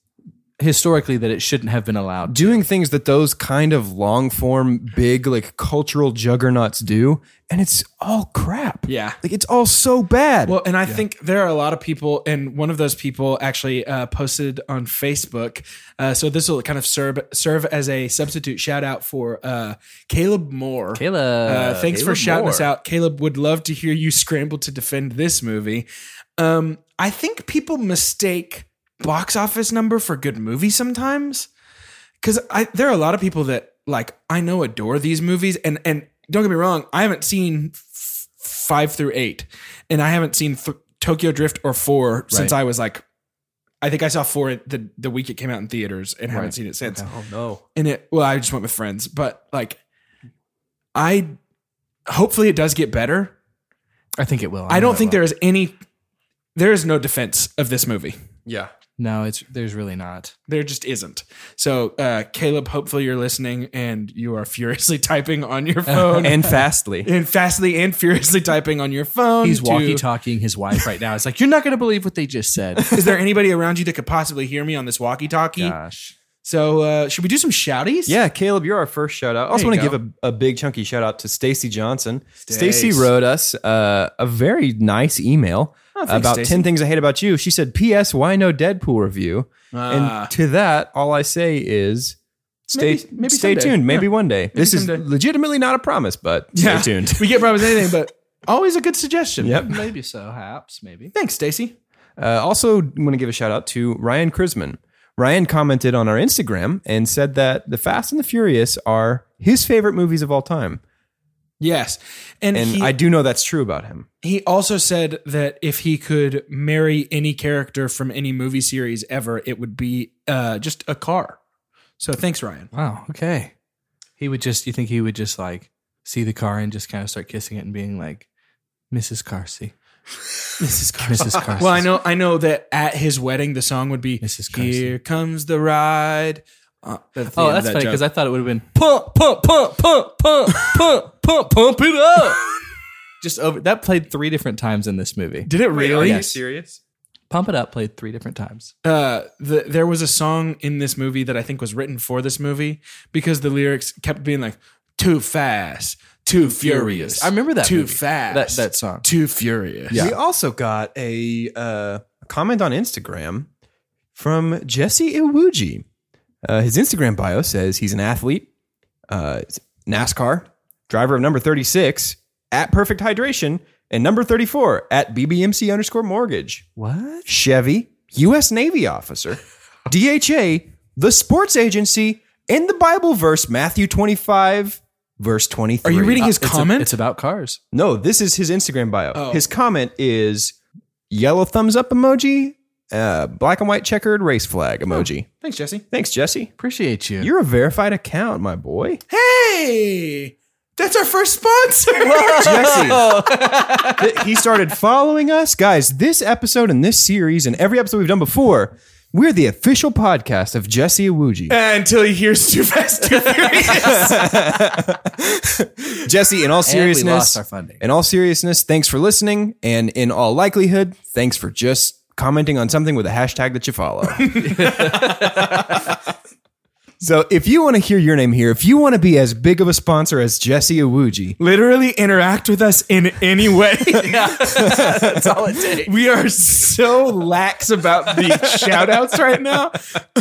historically that it shouldn't have been allowed. doing things that those kind of long form big like cultural juggernauts do and it's all crap. Yeah. Like it's all so bad. Well, and I think there are a lot of people, and one of those people actually uh, posted on Facebook. Uh, so this will kind of serve serve as a substitute shout out for uh, Caleb Moore. Caleb. Uh, thanks for Caleb shouting us Moore. out. Caleb would love to hear you [LAUGHS] scramble to defend this movie. Um, I think people mistake box office number for good movie sometimes. Cause I there are a lot of people that like I know adore these movies and and don't get me wrong, I haven't seen f- five through eight. And I haven't seen th- Tokyo Drift or four since I was like I think I saw four the, the week it came out in theaters and haven't seen it since oh no. and it well i just went with friends but like i hopefully it does get better Oh, I think it will. i know don't it think will. there is any there is no defense of this movie Yeah. No, it's there's really not. there just isn't so uh caleb hopefully you're listening and you are furiously [LAUGHS] typing on your phone and, And fastly. fastly and furiously typing on your phone He's to- walkie talkieing his wife right now. It's [LAUGHS] like you're not going to believe what they just said. is there anybody around you that could possibly hear me on this walkie talkie Gosh. So uh, should we do some shouties? Yeah, Caleb, you're our first shout out. I also There want you to give a, a big chunky shout out to Stacy Johnson. Stace. Stacy wrote us uh, a very nice email Oh, thanks, about Stacy. 10 things I hate about you. She said, P.S. Why no Deadpool review? Ah. and to that, all I say is stay, Maybe- maybe stay someday. tuned. Maybe one day. this someday. is legitimately not a promise, but Yeah. stay tuned. [LAUGHS] we get problems with anything, but always a good suggestion. yep. Maybe so, haps, maybe. Thanks, Stacy. Uh, also, want to give a shout out to Ryan Krisman. Ryan commented on our Instagram and said that The Fast and the Furious are his favorite movies of all time. Yes, and, And he, I do know that's true about him. he also said that if he could marry any character from any movie series ever, it would be uh, just a car. So thanks, Ryan. Wow, okay. He would just, you think he would just like see the car and just kind of start kissing it and being like, Mrs. [LAUGHS] Carsey. Mrs. Carsey. Mrs. Carsey. Well, I know, I know that at his wedding, the song would be Mrs. Carson. "Here Comes the Ride." Uh, that's the Oh, end of that's that funny joke. because I thought it would have been pump, pump, pump, pump, pump, pump, pump, pump it up. Just over that played three different times in this movie. did it really? serious? Pump it up played three different times. uh, the, there was a song in this movie that I think was written for this movie because the lyrics kept being like too fast, too furious. I remember that Too movie. That fast. that song. too furious. We also got a uh, comment on Instagram from Jesse Iwuji. Uh, his Instagram bio says he's an athlete, uh, NASCAR, driver of number 36, at Perfect Hydration, and number 34 at BBMC underscore mortgage. What? Chevy, U.S. Navy [LAUGHS] officer, DHA, the sports agency, and the Bible verse, Matthew 25, verse 23. Are you reading his It's a- comment? it's about cars. No, this is his Instagram bio. Oh. His comment is yellow thumbs up emoji, uh, black and white checkered race flag emoji. Thanks, Jesse. Thanks, Jesse. Appreciate you. You're a verified account, my boy. Hey, that's our first sponsor. Jesse. Th- he started following us. Guys, this episode and this series and every episode we've done before, we're the official podcast of Jesse [LAUGHS] Awuji. Until he hears too fast, too furious. Jesse, in all And we seriousness, lost our funding. In all seriousness, thanks for listening. And in all likelihood, thanks for just commenting on something with a hashtag that you follow. [LAUGHS] so if you want to hear your name here, if you want to be as big of a sponsor as Jesse Awuji, [LAUGHS] Literally interact with us in any way. That's all Oh, it takes. [LAUGHS] We are so lax about the shout outs right now. [LAUGHS]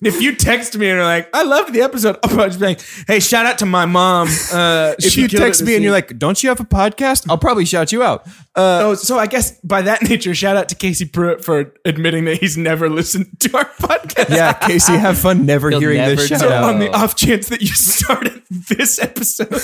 if you text me and are like, I loved the episode, [LAUGHS] I'll probably just be like, hey, shout out to my mom. Uh, if she you killed text it me this and you're week." like, don't you have a podcast? I'll probably shout you out. Uh, oh, so I guess by that [LAUGHS] nature, shout out to Casey Pruitt for admitting that he's never listened to our podcast. yeah, Casey, have fun never You'll hearing never this shout know. [LAUGHS] So out. on the off chance that you [LAUGHS] started this episode,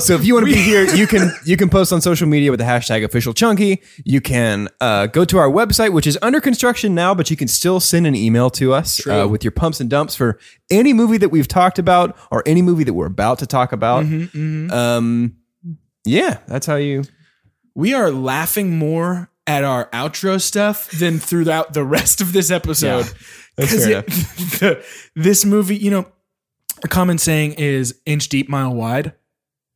[LAUGHS] So if you want to be here, you can you can post on social media with the hashtag official chunky. You can uh, go to our website, which is under construction now, but you can still send an email to us uh, with your pumps and dumps for any movie that we've talked about or any movie that we're about to talk about. Mm-hmm, Um, yeah, that's how you. we are laughing more at our outro stuff than throughout the rest of this episode. Because fair [LAUGHS] this movie, you know, a common saying is inch deep, mile wide.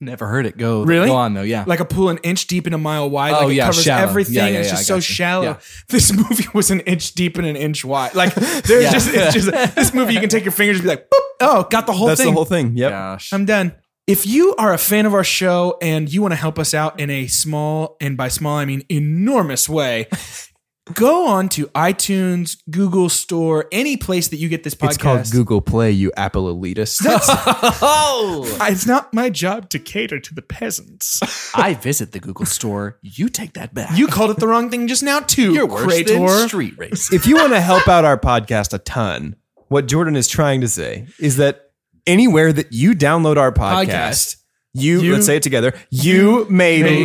Never heard it go. Really? Go on though. Yeah. Like a pool an inch deep and a mile wide. Oh, like it yeah, covers shallow. everything. Yeah, yeah, it's yeah, just I so gotcha. shallow. Yeah. This [LAUGHS] movie was an inch deep and an inch wide. Like there's Yeah. just [LAUGHS] it's just this movie you can take your fingers and be like, boop, oh, got the whole that's thing. the whole thing. Yep. Gosh. I'm done. If you are a fan of our show and you want to help us out in a small, and by small, I mean enormous way, [LAUGHS] go on to iTunes, Google Store, any place that you get this podcast. It's called Google Play. You Apple [LAUGHS] elitist. Oh. It's not my job to cater to the peasants. I visit the Google store. You take that back. You called it the wrong thing just now, too. You're worse Krator. than street race. if you want to help out our podcast a ton, what Jordan is trying to say is that anywhere that you download our podcast, Podcast. You, You- let's say it together. You may, may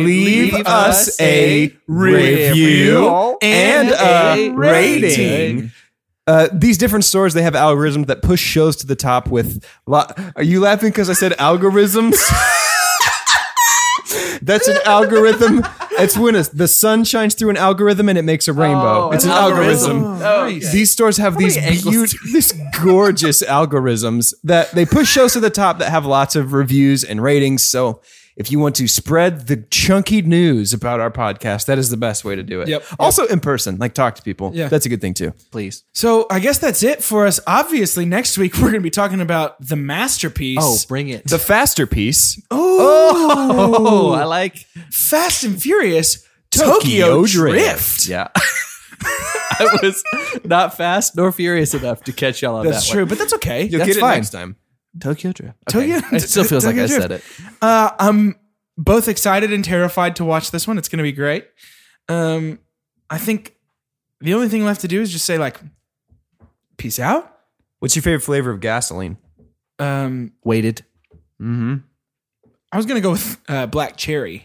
leave leave, us us a a review and a a rating. rating. Uh, these different stores they have algorithms that push shows to the top with. Lo- Are you laughing because I said algorithms? [LAUGHS] That's an algorithm. It's when a, the sun shines through an algorithm and it makes a rainbow. it's Oh, an algorithm. These stores have these beaut- [LAUGHS] [LAUGHS] these gorgeous algorithms that they push shows to the top that have lots of reviews and ratings. So If you want to spread the chunky news about our podcast, that is the best way to do it. Yep. Also in person, like talk to people. Yeah. That's a good thing too. please. So I guess that's it for us. Obviously, next week we're going to be talking about the masterpiece. Oh, bring it. The faster piece, [LAUGHS] oh, I like. Fast and Furious Tokyo, Drift. Yeah. [LAUGHS] [LAUGHS] I was not fast nor furious enough to catch y'all on That's that true, one. but that's okay. You'll That's get it fine. next time. Tokyo Drift. Tokyo- It [LAUGHS] still feels like Tokyo I Drift. said it. Uh, I'm both excited and terrified to watch this one. It's going to be great. Um, I think the only thing left to do is just say like, peace out. What's your favorite flavor of gasoline? Um, Waited. I was going to go with uh, black cherry.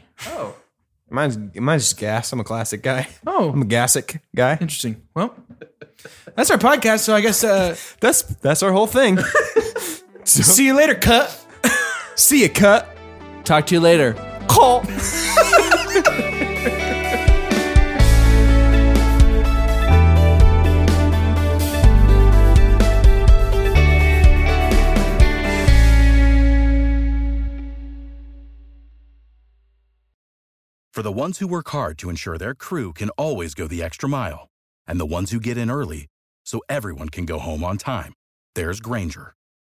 Mine's mine's just gas. I'm a classic guy. I'm Oh, a gasic guy. interesting. Well, that's our podcast. So I guess uh, That's that's our whole [LAUGHS] thing. see you later. Cut. [LAUGHS] See ya, cut. Talk to you later. Call. For the ones who work hard to ensure their crew can always go the extra mile, and the ones who get in early so everyone can go home on time, there's Granger,